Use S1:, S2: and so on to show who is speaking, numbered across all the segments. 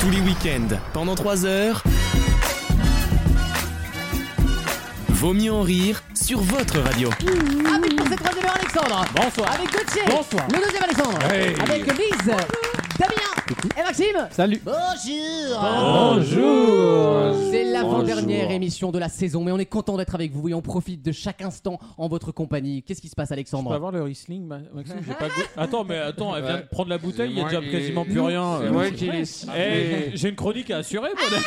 S1: Tous les week-ends, pendant 3 heures. Vaut mieux en rire sur votre radio.
S2: Avec pour cette troisième heure Alexandre.
S3: Bonsoir.
S2: Avec Gauthier.
S3: Bonsoir.
S2: Le deuxième Alexandre.
S3: Hey.
S2: Avec Lise. Damien. Et Maxime.
S3: Salut.
S2: Bonjour.
S3: Bonjour.
S2: C'est l'avant-dernière
S3: Bonjour.
S2: émission de la saison, mais on est content d'être avec vous et on profite de chaque instant en votre compagnie. Qu'est-ce qui se passe,
S3: On va
S2: Alexandre
S3: voir le Riesling, Ma- Maxime. J'ai pas goût. Attends, mais attends, elle vient de prendre la bouteille, il y a
S4: moi
S3: déjà
S4: qui-
S3: quasiment plus rien.
S4: C'est
S3: Euh,
S4: moi qui l'ai
S3: Eh,
S4: ciblé.
S3: j'ai une chronique à assurer, moi.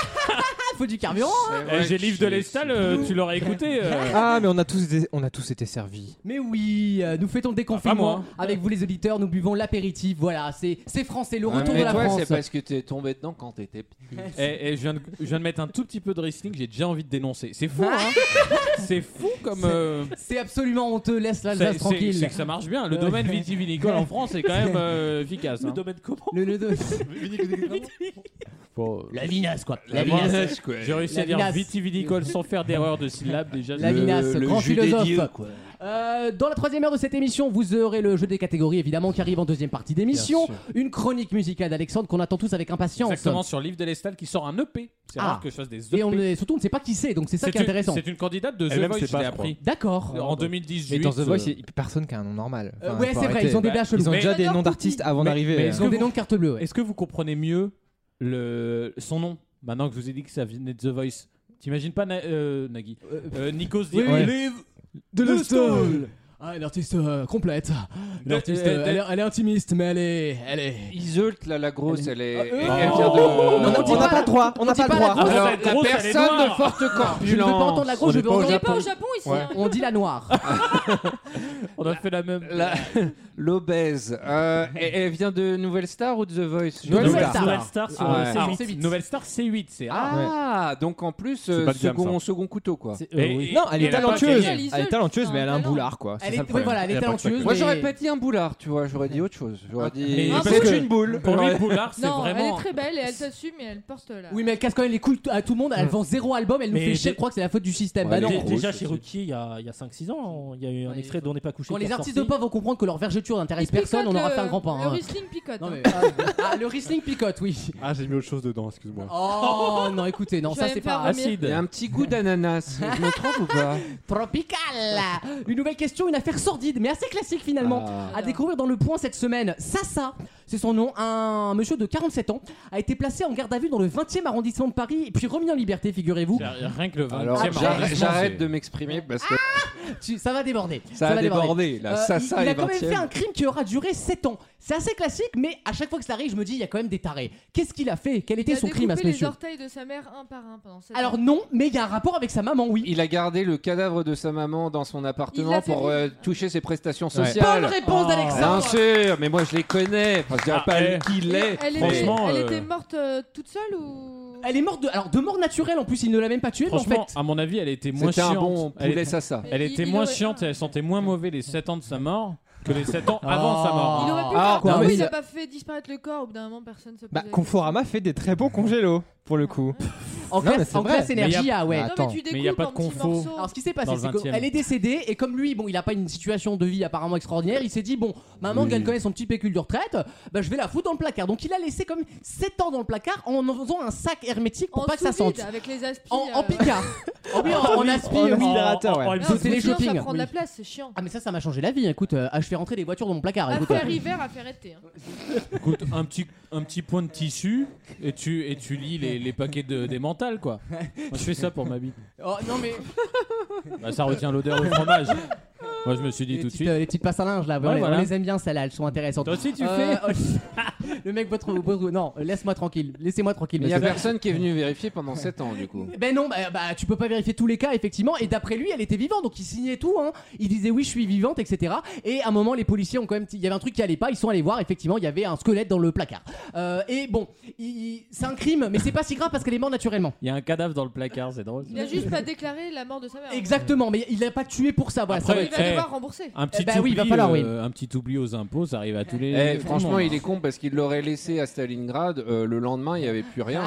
S2: Il faut du carburant. hein
S4: C'est
S3: Eh,
S4: moi
S3: j'ai
S4: qui
S3: Livre de
S4: l'ai
S3: l'Estal,
S4: ciblé.
S3: euh, tu l'aurais écouté. euh.
S5: Ah, mais on a tous, été- on a tous été servis.
S2: Mais oui, euh, nous fêtons le déconfinement
S3: Ah, pas moi.
S2: avec vous les auditeurs, nous buvons l'apéritif. Voilà, c'est c'est français, le
S3: Ah,
S4: Ouais,
S2: euh, retour
S4: Ah, mais
S2: de la
S4: toi,
S2: France.
S4: c'est parce que t'es tombé dedans quand t'étais petit.
S3: Eh, eh, je, viens de, je viens de mettre un tout petit peu de Riesling, j'ai déjà envie de dénoncer. C'est fou, hein C'est fou comme. euh,
S2: C'est absolument honteux, laisse
S3: c'est-
S2: l'Alsace
S3: c'est-
S2: tranquille.
S3: C'est que ça marche bien. Le
S2: Euh,
S3: domaine vitivinicole en France est quand même euh, efficace. hein.
S2: Le nœud de-
S3: Faut-
S2: La vinasse, quoi. La
S3: La
S2: vinasse.
S3: vinasse, J'ai réussi à
S2: La
S3: dire
S2: vinasse.
S3: vitivinicole sans faire d'erreur de syllabe déjà.
S2: La
S3: Le-
S2: vinasse,
S3: le
S2: grand
S3: jus
S2: philosophe.
S3: des dieux, quoi.
S2: Euh, dans la troisième heure de cette émission, vous aurez le jeu des catégories, évidemment, qui arrive en deuxième partie d'émission.
S3: Bien
S2: Une chronique musicale d'Alexandre qu'on attend tous avec impatience.
S3: Exactement, sur Livre de l'Estal qui sort un EP. C'est
S2: Ah.
S3: rare que je fasse des EP.
S2: Et on est, surtout, on ne sait pas qui c'est, donc c'est ça
S3: C'est
S2: qui est
S3: une-
S2: intéressant.
S3: C'est une candidate de The
S6: Elle-même
S3: Voice,
S6: sait
S3: je
S6: Eh, pas,
S3: l'ai
S6: je
S3: appris.
S2: D'accord.
S3: En 2018.
S5: Mais dans The
S3: euh,
S5: Voice, il y a personne qui a un nom normal.
S2: Euh,
S5: Enfin,
S2: ouais,
S5: faut
S2: c'est vrai,
S5: arrêter.
S2: ils ont des
S3: Bah,
S2: blagues
S5: Ils
S2: chelous.
S5: ont
S3: Mais-
S5: déjà des noms d'artistes avant
S3: mais- mais
S5: d'arriver.
S3: est-ce
S2: Ils
S3: que
S2: ont des
S3: vous-
S2: noms de carte bleue. ouais.
S3: Est-ce que vous comprenez mieux le... son nom Maintenant que je vous ai dit que ça venait de The Voice. T'imagines pas Na- euh, Nagui
S2: Euh,
S3: euh, Nikos
S2: Oui,
S3: dire
S2: oui.
S3: Live
S2: De
S3: Le
S2: l'Estol Ah, une artiste euh, complète. Une
S3: De-
S2: artiste,
S3: de-
S2: euh,
S3: de-
S2: elle, est, elle est intimiste, mais elle est. Elle est...
S4: Isolte, là, la grosse, elle est.
S2: euh,
S4: elle
S3: oh.
S4: vient de-
S2: Non, non,
S5: On
S2: dis
S5: n'a
S2: pas-
S5: pas le droit, on n'a
S2: dis
S5: pas
S2: pas
S5: le
S2: la
S5: droit.
S3: grosse.
S4: Alors,
S3: cette
S4: la
S3: grosse, elle est
S4: personne
S3: noire.
S4: de forte corpulence.
S2: Je ne veux pas entendre la grosse, je veux
S7: On
S2: entendre.
S7: n'est pas au Japon ici. hein.
S2: On dit la noire.
S3: On a fait la même.
S4: La- L'obèse. Euh, elle, elle vient de Nouvelle Star ou de The Voice
S2: Nouvelle
S3: Nouvelle
S2: Star.
S3: Nouvelle Star, c'est-
S4: Ah ouais.
S3: c'est
S2: Ah,
S3: huit.
S2: c'est huit.
S3: Nouvelle Star, c'est 8. C'est rare.
S4: Ah, donc en plus,
S6: C'est
S4: euh,
S6: pas de gamme,
S4: second, second couteau, quoi.
S2: C'est-
S3: Et-
S2: euh, oui.
S3: et-
S5: Non, elle
S3: et
S5: est
S3: a pas
S5: talentueuse.
S3: gagné.
S5: Elle est talentueuse, mais elle a un
S7: talent.
S5: boulard, quoi.
S2: Elle
S5: C'est
S2: est,
S5: ça le
S2: oui, voilà,
S5: problème.
S2: elle est
S6: Il y a pas de
S2: talentueuse.
S4: Moi,
S2: mais-
S4: j'aurais pas dit un boulard, tu vois. J'aurais dit autre chose. J'aurais dit.
S3: Mais
S4: Ah,
S3: parce
S4: c'est
S3: que-
S4: une boule.
S3: Pour
S4: Ouais.
S3: lui, Boulard, c'est
S7: Non, elle est
S3: vraiment.
S7: très belle et elle s'assume et elle porte là.
S2: Oui, mais elle casse quand même les couilles à tout le
S7: Mm.
S2: monde. Elle vend zéro album. Elle nous
S8: Mais
S2: fait chier.
S8: dé-
S2: Je crois que c'est la faute du système.
S4: Ouais,
S2: bah non.
S4: dé-
S8: Dé-
S4: gros,
S8: déjà
S4: ce
S8: chez
S4: truc.
S8: Ruquier, il y a, il y a 5-6 ans, on- il y a eu un
S2: Ouais,
S8: extrait
S2: ils-
S8: dont on n'est pas couché.
S2: Quand
S8: qui est
S2: les artistes de
S8: ressorti.
S2: pop vont comprendre que leur vergeture n'intéresse
S7: Il
S2: personne, on
S7: picote
S2: aura
S7: le-
S2: fait un grand pain.
S7: Le
S2: hein.
S7: Riesling picote.
S2: Non,
S7: hein.
S2: mais, ah, ah, le Riesling picote, oui.
S6: Ah, j'ai mis autre chose dedans, excuse-moi.
S2: Oh non, écoutez, non,
S7: Je
S2: ça
S7: vais
S2: c'est
S7: me faire
S2: pas.
S7: remettre.
S4: Il y a
S3: Acide.
S4: un petit goût d'ananas. Je me trompe ou pas
S2: Tropical Une nouvelle question, une affaire sordide, mais assez classique finalement.
S4: Ah.
S2: À découvrir dans le point cette semaine, Sassa, c'est son nom, un monsieur de 47 ans, a été placé en garde à vue dans le 20e arrondissement de Paris et puis remis en liberté, figurez-vous.
S3: J'ai Rien que le 20
S4: Alors, j'arrête j'arrête de m'exprimer parce que
S2: Tu- Ça va déborder.
S4: ça a
S2: va
S4: débordé. Là,
S2: Euh,
S4: ça,
S2: il,
S4: ça,
S2: il
S4: les
S2: a quand même fait
S4: 20e.
S2: un crime qui aura duré 7 ans. C'est assez classique, mais à chaque fois que ça arrive, je me dis, il y a quand même des tarés. Qu'est-ce qu'il a fait Quel
S7: Il
S2: était
S7: a
S2: son crime à ce
S7: découpé les
S2: monsieur
S7: orteils de sa mère un par un pendant cette
S2: Alors non, mais il y a un rapport avec sa maman, oui.
S4: Il a gardé le cadavre de sa maman dans son
S7: Il
S4: appartement
S7: l'a fait
S4: pour
S7: vivre.
S4: euh, toucher ses prestations
S2: Bonne
S4: sociales.
S2: réponse
S8: Oh.
S4: Bien
S2: d'Alexandre
S4: sûr, mais moi je les connais. Enfin, je dirais
S3: Ah,
S4: pas
S3: eh.
S4: qui
S7: Elle,
S4: l'est.
S7: elle était,
S3: Franchement,
S7: elle
S3: euh,
S7: était morte euh, toute seule ou
S2: Elle est morte de... Alors de mort naturelle en plus, il ne l'a même pas tuée, mais en
S3: Franchement,
S2: fait...
S3: à mon avis, elle était moins
S4: C'était un
S3: chiante.
S4: bon
S3: Elle
S4: poulet
S3: était-
S4: sassa.
S3: Elle
S7: Il-
S3: était
S7: il
S3: moins
S7: aurait-
S3: chiante et elle sentait moins mauvais les 7 ans de sa mort que les 7 ans avant
S2: Ah.
S3: sa
S7: Il
S3: mort.
S7: aurait pu
S4: Ah,
S7: faire-
S4: quoi,
S7: Ah
S5: mais
S7: oui, il
S5: ça-
S7: a pas fait disparaître le corps. Au bout d'un moment, personne se
S5: Bah,
S7: posait.
S5: Conforama fait des très bons congélos, pour le coup.
S2: En
S5: Non, mais
S2: classe,
S5: c'est
S2: en
S5: vrai.
S2: classe
S5: Mais
S2: énergie,
S3: y
S2: ah ouais.
S5: Ah,
S7: Non,
S5: Attends.
S7: mais tu
S3: Mais
S7: découpes
S3: y a pas
S7: en
S3: de
S7: petits
S3: confo.
S7: morceaux.
S2: Alors ce qui s'est passé,
S3: Dans le
S2: c'est
S3: 20e.
S2: qu'elle est décédée et comme lui, bon, il a pas une situation de vie apparemment extraordinaire, il s'est dit bon, maman
S6: Oui.
S2: gagne quand même son petit pécule de retraite, bah je vais la foutre dans le placard. Donc il a laissé comme 7 ans dans le placard en en faisant un sac hermétique pour
S7: En
S2: pas que ça
S7: sous vide,
S2: sente.
S7: Avec les aspis.
S2: En, en
S7: euh,
S2: picard. Oh oui, en, en aspi,
S5: en
S2: oui.
S5: libérateur, ouais.
S8: En- en- en-
S7: Non,
S2: Sauter
S7: c'est
S2: les
S7: chiant,
S2: shoppings.
S7: Ça prend de la
S2: Oui.
S7: place, c'est chiant.
S2: Ah mais ça, ça m'a changé la vie. Écoute, euh, ah, je fais rentrer les voitures dans mon placard. Écoute,
S7: Affaire hiver, affaire été. hein.
S3: Écoute, un petit, un petit point de tissu et tu, et tu lis les, les paquets de, des mentales, quoi. Moi, je fais ça pour ma bite.
S2: oh non mais
S3: Bah, ça retient l'odeur de fromage. Moi, je me suis dit
S2: les
S3: tout de
S2: petites,
S3: suite.
S2: euh, les petites passes à linge là, voilà,
S3: voilà.
S2: on les aime bien celles-là, elles sont intéressantes.
S3: Toi aussi, tu
S2: Euh,
S3: fais.
S2: oh, le mec votre, votre- non, euh, laisse-moi tranquille, laissez-moi tranquille.
S4: Mais il y a
S2: monsieur.
S4: personne qui est venu vérifier pendant 7 ans du coup.
S2: Ben non, bah, bah, tu peux pas vérifier tous les cas effectivement. Et d'après lui, elle était vivante, donc il signait tout. Hein. Il disait oui, je suis vivante, etc. Et à un moment, les policiers ont quand même, il y avait un truc qui allait pas. Ils sont allés voir. Effectivement, il y avait un squelette dans le placard. Euh, et bon, il- il- c'est un crime, mais c'est pas si grave parce qu'elle est morte naturellement.
S3: Il y a un cadavre dans le placard, c'est drôle. ça.
S7: Il a juste pas déclaré la mort de sa mère.
S2: Exactement, mais il l'a pas tué pour ça. Voilà,
S3: Après,
S2: ça
S7: Il va
S3: Eh.
S7: devoir rembourser.
S3: Un petit,
S2: bah oui,
S3: oubli,
S2: il va falloir, oui.
S3: un petit oubli aux impôts, ça arrive à tous les. hein.
S4: Eh, franchement, il est con parce qu'il l'aurait laissé à Stalingrad. euh, le lendemain, il n'y avait plus rien.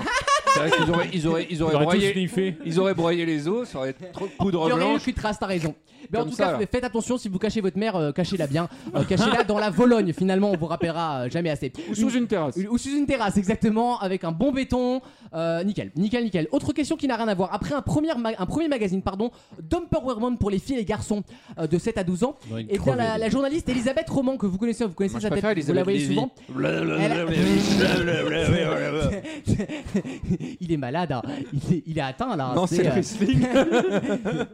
S4: C'est vrai qu'ils auraient, ils auraient, ils auraient
S3: J'aurais tout
S4: broyé,
S3: sniffé.
S4: ils auraient broyé les os, ça aurait été trop de
S2: Il y
S4: poudre
S2: aurait eu le
S4: blanche.
S2: cul de trace, t'as raison. Mais en
S4: Comme
S2: tout
S4: ça,
S2: cas,
S4: là.
S2: faites attention si vous cachez votre mère, euh, cachez-la bien. Euh, cachez-la dans la Vologne, finalement, on vous rappellera euh, jamais assez.
S4: Ou sous une terrasse.
S2: Ou sous une terrasse, exactement, avec un bon béton. Euh, nickel, nickel, nickel. Autre question qui n'a rien à voir. Après un premier, ma- un premier magazine, pardon, Dumper Woman pour les filles et garçons euh, de 7 à 12 ans,
S3: Non, une
S2: et bien
S3: crevée,
S2: la, la journaliste Elisabeth Roman, que vous connaissez, vous connaissez
S4: Moi, je
S2: sa tête,
S4: préfère
S2: vous la
S4: Elisabeth
S2: voyez
S4: Lévy. Eh oh
S2: souvent.
S4: Blablabla.
S2: il est malade, hein. il, est, il est atteint là.
S4: Non, c'est le
S2: euh,
S4: wrestling.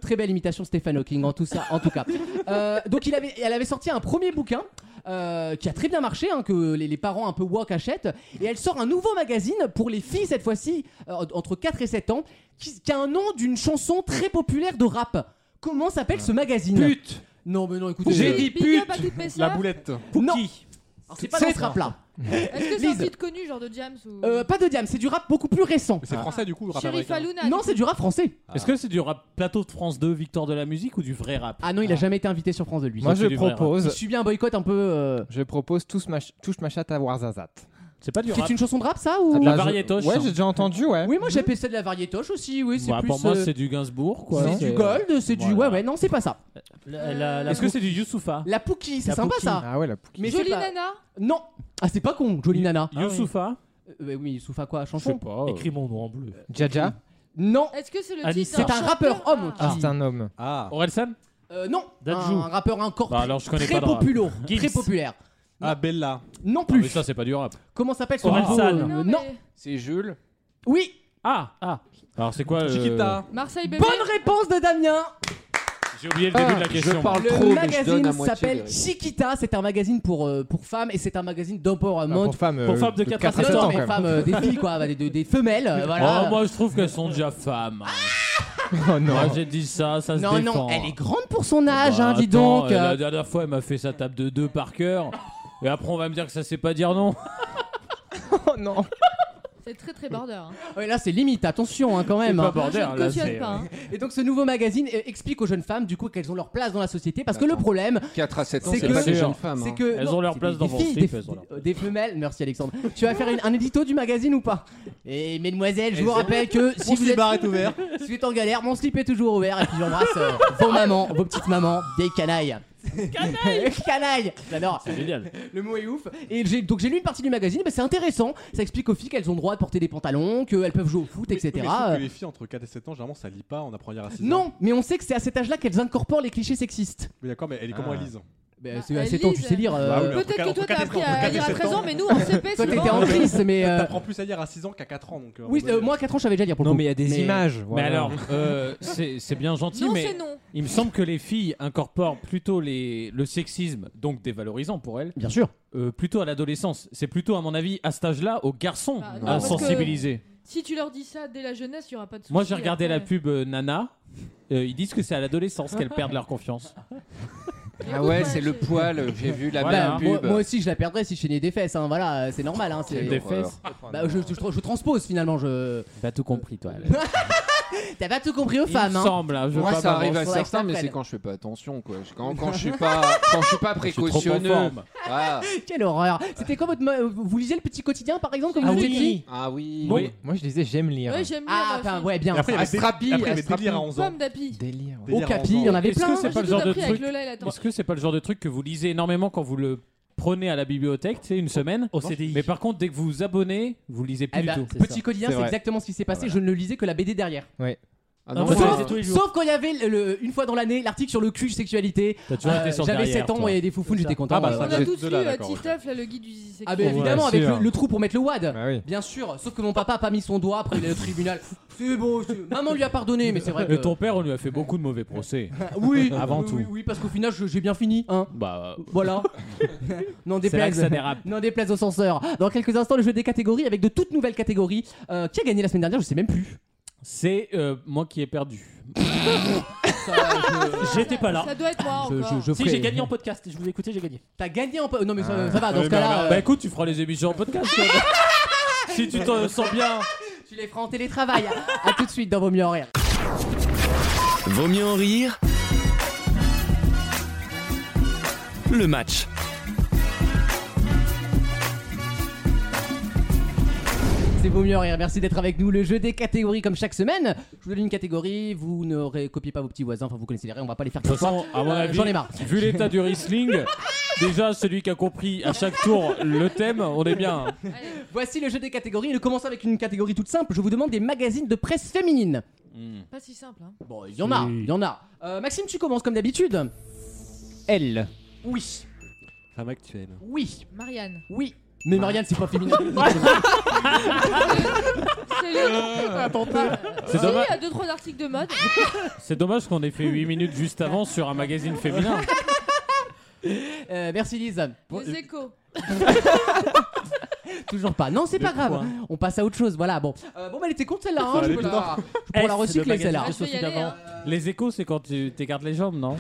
S2: Très belle imitation Stephen Hawking en tout ça, en tout cas. Euh, donc il avait, elle avait sorti un premier bouquin euh, qui a très bien marché, hein, que les, les parents un peu woke achètent, et elle sort un nouveau magazine pour les filles cette fois-ci euh, entre 4 et 7 ans, qui, qui a un nom d'une chanson très populaire de rap. Comment s'appelle ce magazine
S4: Pute.
S2: Non mais non, écoutez.
S4: J'ai
S2: euh,
S4: dit
S7: Big
S4: pute.
S7: up à toutes mes
S6: La
S7: sœurs.
S6: boulette.
S2: non. Alors, C'est pas dans ce rap-là.
S7: Est-ce que c'est un
S2: Lise.
S7: titre connu, genre de James ou.
S2: Euh, pas de diam, c'est du rap beaucoup plus récent.
S6: Mais c'est français du coup, le rap
S7: Sheriff
S6: américain.
S7: Halouna.
S2: Non, c'est du rap français.
S3: Est-ce que c'est du rap plateau de France 2, victoire de la musique ou du vrai rap
S2: Ah non, il a jamais été invité sur France de lui.
S5: Moi,
S3: Ça,
S5: je
S3: c'est du vrai
S2: Il
S5: propose,
S2: subit un boycott un peu. euh,
S5: je propose touche ma, ch- touche ma chatte à Warzazat.
S3: C'est pas du rap.
S2: C'est une chanson de rap ça ou
S3: de la
S5: Bah, je-
S3: variétoche,
S5: Ouais,
S3: hein.
S5: j'ai déjà entendu, ouais.
S2: Oui, moi j'appelle ça de la variétoche aussi. Oui, c'est
S3: Bah,
S2: plus.
S3: pour moi,
S2: euh,
S3: c'est du Gainsbourg, quoi.
S2: c'est du gold, c'est du. Ouais,
S3: Voilà.
S2: ouais, non, c'est pas ça.
S8: La- la- la-
S3: Est-ce que c'est du Youssoufa
S2: La Pookie, c'est
S8: La
S2: sympa
S8: Pookie.
S2: ça.
S5: Ah ouais, la pou-
S2: Mais
S7: Jolie
S2: c'est pas-
S7: Nana.
S2: Non. Ah, c'est pas con, Jolie Nana.
S3: Youssoufa
S2: Euh, bah oui, Soufa quoi,
S3: Je sais
S2: chanson
S3: pas. euh,
S8: Oh. Écris mon nom en bleu.
S5: Jaja,
S2: Non.
S7: Est-ce que c'est le
S8: Alice,
S7: titre d'un
S2: c'est un
S7: chanteur
S2: rappeur homme.
S7: Ah.
S5: Ah, c'est un homme.
S6: Ah.
S3: Orelsan
S2: Euh, non. Un,
S8: Dadju.
S2: rappeur encore
S3: Bah, alors, je connais
S2: très
S3: pas de rap.
S2: populaire.
S3: Gims.
S2: Très populaire.
S6: Ah, Bella.
S2: Non
S3: Ah, mais
S2: plus.
S3: ça, c'est Oh, pas du rap.
S2: Comment s'appelle son
S3: Orelsan.
S2: nouveau, euh,
S7: Non,
S2: Non.
S7: mais-
S4: C'est Jules.
S2: Oui.
S3: Ah Ah Alors, c'est quoi euh,
S6: Chiquita.
S7: Marseille bébé.
S2: Bonne réponse de Damien.
S3: J'ai oublié le
S2: Ah,
S3: début de la question.
S4: Je parle
S2: Le
S4: trop, mais je donne à
S2: magazine
S4: moitié.
S2: s'appelle
S4: les-
S2: Chiquita. C'est un magazine pour euh, pour femmes et c'est un magazine
S5: Bah,
S2: d'empowerment.
S5: pour femme, euh,
S3: Pour femme de 4 à
S2: Non,
S5: 7
S2: non,
S5: ans,
S2: mais
S5: quand même.
S2: femmes, euh, des filles quoi, bah, des, des- des femelles. euh, voilà.
S3: Oh, moi, je trouve qu'elles sont déjà femmes. hein.
S5: Oh non.
S3: Moi, j'ai dit ça, ça se
S2: Non,
S3: défend.
S2: non, elle est grande pour son âge,
S3: Bah,
S2: hein, dis
S3: attends,
S2: donc.
S3: euh, la dernière fois, elle m'a fait sa table de deux par cœur. Et après, on va me dire que ça sait pas dire non.
S5: Oh non.
S7: C'est très très border. hein.
S2: Ouais, là, c'est limite, attention hein, quand même. hein.
S3: pas border,
S7: Je ne
S3: là,
S7: cautionne
S3: c'est-
S7: pas. hein.
S2: Et donc, ce nouveau magazine euh, explique aux jeunes femmes, du coup, qu'elles ont leur place dans la société. Parce que le
S4: Attends.
S2: problème,
S4: 4 à 7 ans,
S2: C'est
S4: c'est
S2: que-
S4: pas des
S3: sûr.
S4: jeunes femmes.
S2: c'est
S4: hein.
S2: que.
S3: Elles
S2: non,
S3: ont leur
S2: c'est
S3: place
S2: des-
S3: dans
S2: des
S3: mon
S2: filles,
S3: slip,
S2: des,
S3: elles ont leur
S2: euh, des femelles. Merci, Alexandre. Tu vas faire une- un édito du magazine ou pas Et mesdemoiselles, je vous rappelle que si vous, êtes,
S6: est ouvert.
S2: si vous êtes en galère, mon slip est toujours ouvert. Et puis, j'embrasse euh, vos mamans, vos petites mamans, des canailles. Canailles Canailles J'adore.
S3: C'est génial.
S2: Le mot est ouf. Et j'ai- donc j'ai lu une partie du magazine, mais c'est intéressant. Ça explique aux filles qu'elles ont le droit de porter des pantalons, qu'elles peuvent jouer au foot, etc.
S6: Mais je trouve
S2: Euh,
S6: que les filles entre 4 et 7 ans, généralement, ça lit pas, on apprend à lire à 6 ans.
S2: Non, mais on sait que c'est à cet âge-là qu'elles incorporent les clichés sexistes.
S6: Mais d'accord, mais elle est comment
S5: Ah.
S6: elle hein lise
S2: Bah,
S7: Bah,
S2: c'est à
S7: elles
S2: 7 ans, tu
S7: lisent.
S2: sais lire. euh,
S6: Bah oui, mais entre
S7: Peut-être que
S6: quatre-
S7: toi
S6: entre
S7: t'as
S6: quatre
S7: appris
S6: et
S7: à,
S6: sept ans, entre
S7: lire à
S6: quatre et
S7: 13
S6: sept
S7: ans,
S6: ans.
S7: mais nous en CP
S2: toi,
S7: souvent.
S2: t'étais en crise, mais. euh,
S6: T'apprends plus à lire à 6 ans qu'à 4 ans. Donc, euh,
S2: Oui,
S6: on va
S2: euh,
S6: dire.
S2: moi à 4 ans, je savais déjà lire.
S5: Non, mais il y a des images.
S3: Mais
S5: voilà.
S3: alors, euh, c'est c'est bien gentil,
S7: Non, c'est
S3: mais
S7: non.
S3: il me semble que les filles incorporent plutôt les, le sexisme, donc dévalorisant pour elles,
S2: Bien sûr.
S3: euh, plutôt à l'adolescence. C'est plutôt, à mon avis, à cet âge-là, aux garçons
S7: Ah,
S3: à
S5: non, parce que-
S3: sensibiliser.
S7: Si tu leur dis ça dès la jeunesse, il y aura pas de soucis.
S3: Moi, j'ai regardé la
S7: après.
S3: pub euh, Nana. Euh, ils disent que c'est à l'adolescence qu'elles perdent leur confiance.
S4: Ah ouais, c'est le poil, euh, j'ai vu la
S3: Voilà.
S4: même
S2: Bah, moi,
S4: pub.
S2: moi aussi, je la perdrais si je saignais des fesses. hein, Voilà, euh, c'est normal. hein, c'est-
S3: Des
S4: horreur.
S3: fesses.
S2: Bah, je, je- je transpose finalement. Je...
S3: T'as tout compris, toi.
S2: T'as pas tout compris aux
S3: Il me
S2: femmes. Hein.
S3: semble, hein, je veux
S4: Moi,
S3: pas
S4: ça arrive
S2: m'avancer
S4: à
S2: sur la
S4: certains, mais
S2: Fred.
S4: c'est quand je fais pas attention, quoi. Je- Quand, quand je suis pas, quand je suis pas
S3: Je suis trop en
S4: précautionneux.
S3: forme.
S4: Ah,
S2: Quelle horreur. C'était quoi votre. ma- euh, Vous lisiez le petit quotidien par exemple comme
S3: Ah
S2: vous
S3: oui.
S2: étiez petit
S4: ah oui.
S3: Oui.
S5: Moi, je disais j'aime lire.
S7: Ouais, j'aime bien.
S2: Ah,
S7: moi
S2: enfin,
S7: aussi.
S2: ouais, bien.
S6: Et après, il y avait
S4: Astrapi,
S6: des- après, il y avait
S4: Astrapi.
S6: délire à 11 ans.
S7: Pomme d'api.
S5: Délire. ouais.
S2: Au
S6: Délire à
S2: capi,
S6: 11 ans.
S2: il y en avait
S3: Est-ce
S2: plein.
S3: que
S7: Moi,
S3: c'est
S7: j'ai
S3: pas le
S7: tout
S3: genre de
S7: appris avec
S3: truc
S7: Lola et la tendance.
S3: Est-ce que c'est pas le genre de truc que vous lisez énormément quand vous le prenez à la bibliothèque, tu sais, une semaine
S8: Au CDI.
S3: Mais par contre, dès que vous vous abonnez, vous lisez plus
S2: Eh
S3: du
S2: ben,
S3: tout.
S2: petit quotidien,
S5: C'est
S2: c'est Ah,
S5: vrai.
S2: exactement ce qui s'est passé. Je ne le lisais que la BD derrière.
S4: Ah
S3: Non,
S4: non,
S3: mais
S4: moi,
S3: ça, c'est
S2: sauf,
S3: tous les jours.
S2: sauf quand il y avait le- le- une fois dans l'année l'article sur le cul sexualité.
S3: T'as toujours
S2: Euh,
S3: été sur
S2: J'avais
S3: derrière,
S2: 7 ans
S3: toi.
S2: et des foufounes, j'étais content.
S3: Ah bah,
S2: euh,
S6: ça,
S7: On
S2: voilà.
S6: j'ai-
S7: a tous
S6: de
S7: lu
S6: là,
S7: euh,
S6: d'accord,
S7: Titeuf, là, le guide du sexuel.
S2: Ah bah
S5: Ouais,
S2: évidemment avec
S5: sûr.
S2: le, le trou pour mettre le wad.
S5: Bah oui.
S2: Bien sûr, sauf que mon papa a pas mis son doigt après le tribunal. C'est bon, c'est- maman lui a pardonné, mais c'est vrai que.
S3: Mais ton père, on lui a fait beaucoup de mauvais procès.
S2: Oui,
S3: Avant
S2: oui,
S3: tout.
S2: Oui, oui, parce qu'au final je- j'ai bien fini, hein.
S3: bah, euh,
S2: Voilà. non
S3: c'est là que
S2: déplaise.
S3: ça dérape.
S2: Non déplaise au censeur. Dans quelques instants le jeu des catégories avec de toutes nouvelles catégories. Euh, qui a gagné la semaine dernière Je sais même plus.
S3: C'est euh, moi qui ai perdu.
S2: Ça, je-
S8: J'étais pas là.
S7: Ça doit être moi
S2: je-
S7: encore.
S2: je- je
S8: Si
S2: ferai-
S8: j'ai gagné en podcast, je vous ai écouté, j'ai gagné.
S2: T'as gagné en. po- Non mais ça,
S5: Ah.
S2: ça va. Dans
S6: Ouais,
S2: ce
S6: mais
S2: cas-là,
S3: Bah
S2: euh,
S3: écoute, tu feras les émissions en podcast. toi. si tu te sens bien.
S2: tu les feras en télétravail. à tout de suite dans vos mieux en rire.
S1: Vaut mieux en rire. Le match.
S6: Ah,
S2: c'est Vaut mieux en rire. Merci d'être avec nous. Le jeu des catégories, comme chaque semaine. Je vous donne une catégorie. Vous ne ré- copiez pas vos petits voisins. Enfin, vous connaissez les règles. On va pas les faire
S3: De toute
S2: tout Euh,
S3: façon, à mon avis,
S2: J'en ai marre.
S3: vu l'état du Riesling, déjà celui qui a compris à chaque tour le thème, on est bien.
S7: Allez,
S2: Voici le jeu des catégories. Nous commençons avec une catégorie toute simple. Je vous demande des magazines de presse féminine.
S7: pas si simple. Hein.
S2: Bon, il y en a. Il y en a. Euh, Maxime, tu commences comme d'habitude.
S5: Elle.
S2: Oui.
S6: Femme actuelle.
S2: Oui.
S7: Marianne.
S2: Oui. Mais Marianne, c'est pas féminin.
S3: Ah,
S7: Céline.
S3: C'est
S7: Céline
S3: dommage,
S7: a deux trois articles de mode.
S3: c'est dommage qu'on ait fait 8 minutes juste avant sur un magazine féminin.
S2: Euh, merci Lise.
S7: Les échos.
S2: Toujours pas. Non, c'est
S3: Le
S2: pas grave.
S3: point.
S2: On passe à autre chose. Voilà. Bon. Euh, bon, bah elle était contre celle-là. hein.
S6: Ça
S2: Je
S6: allait
S2: peux
S6: tout
S2: la, je pourrais la
S3: Eh, c'est
S2: recycler
S3: le magazine
S2: celle-là.
S3: de
S7: je peux y
S3: Sophie
S7: aller.
S3: d'avant.
S7: hein.
S3: Les échos, c'est quand tu t'écartes les jambes, non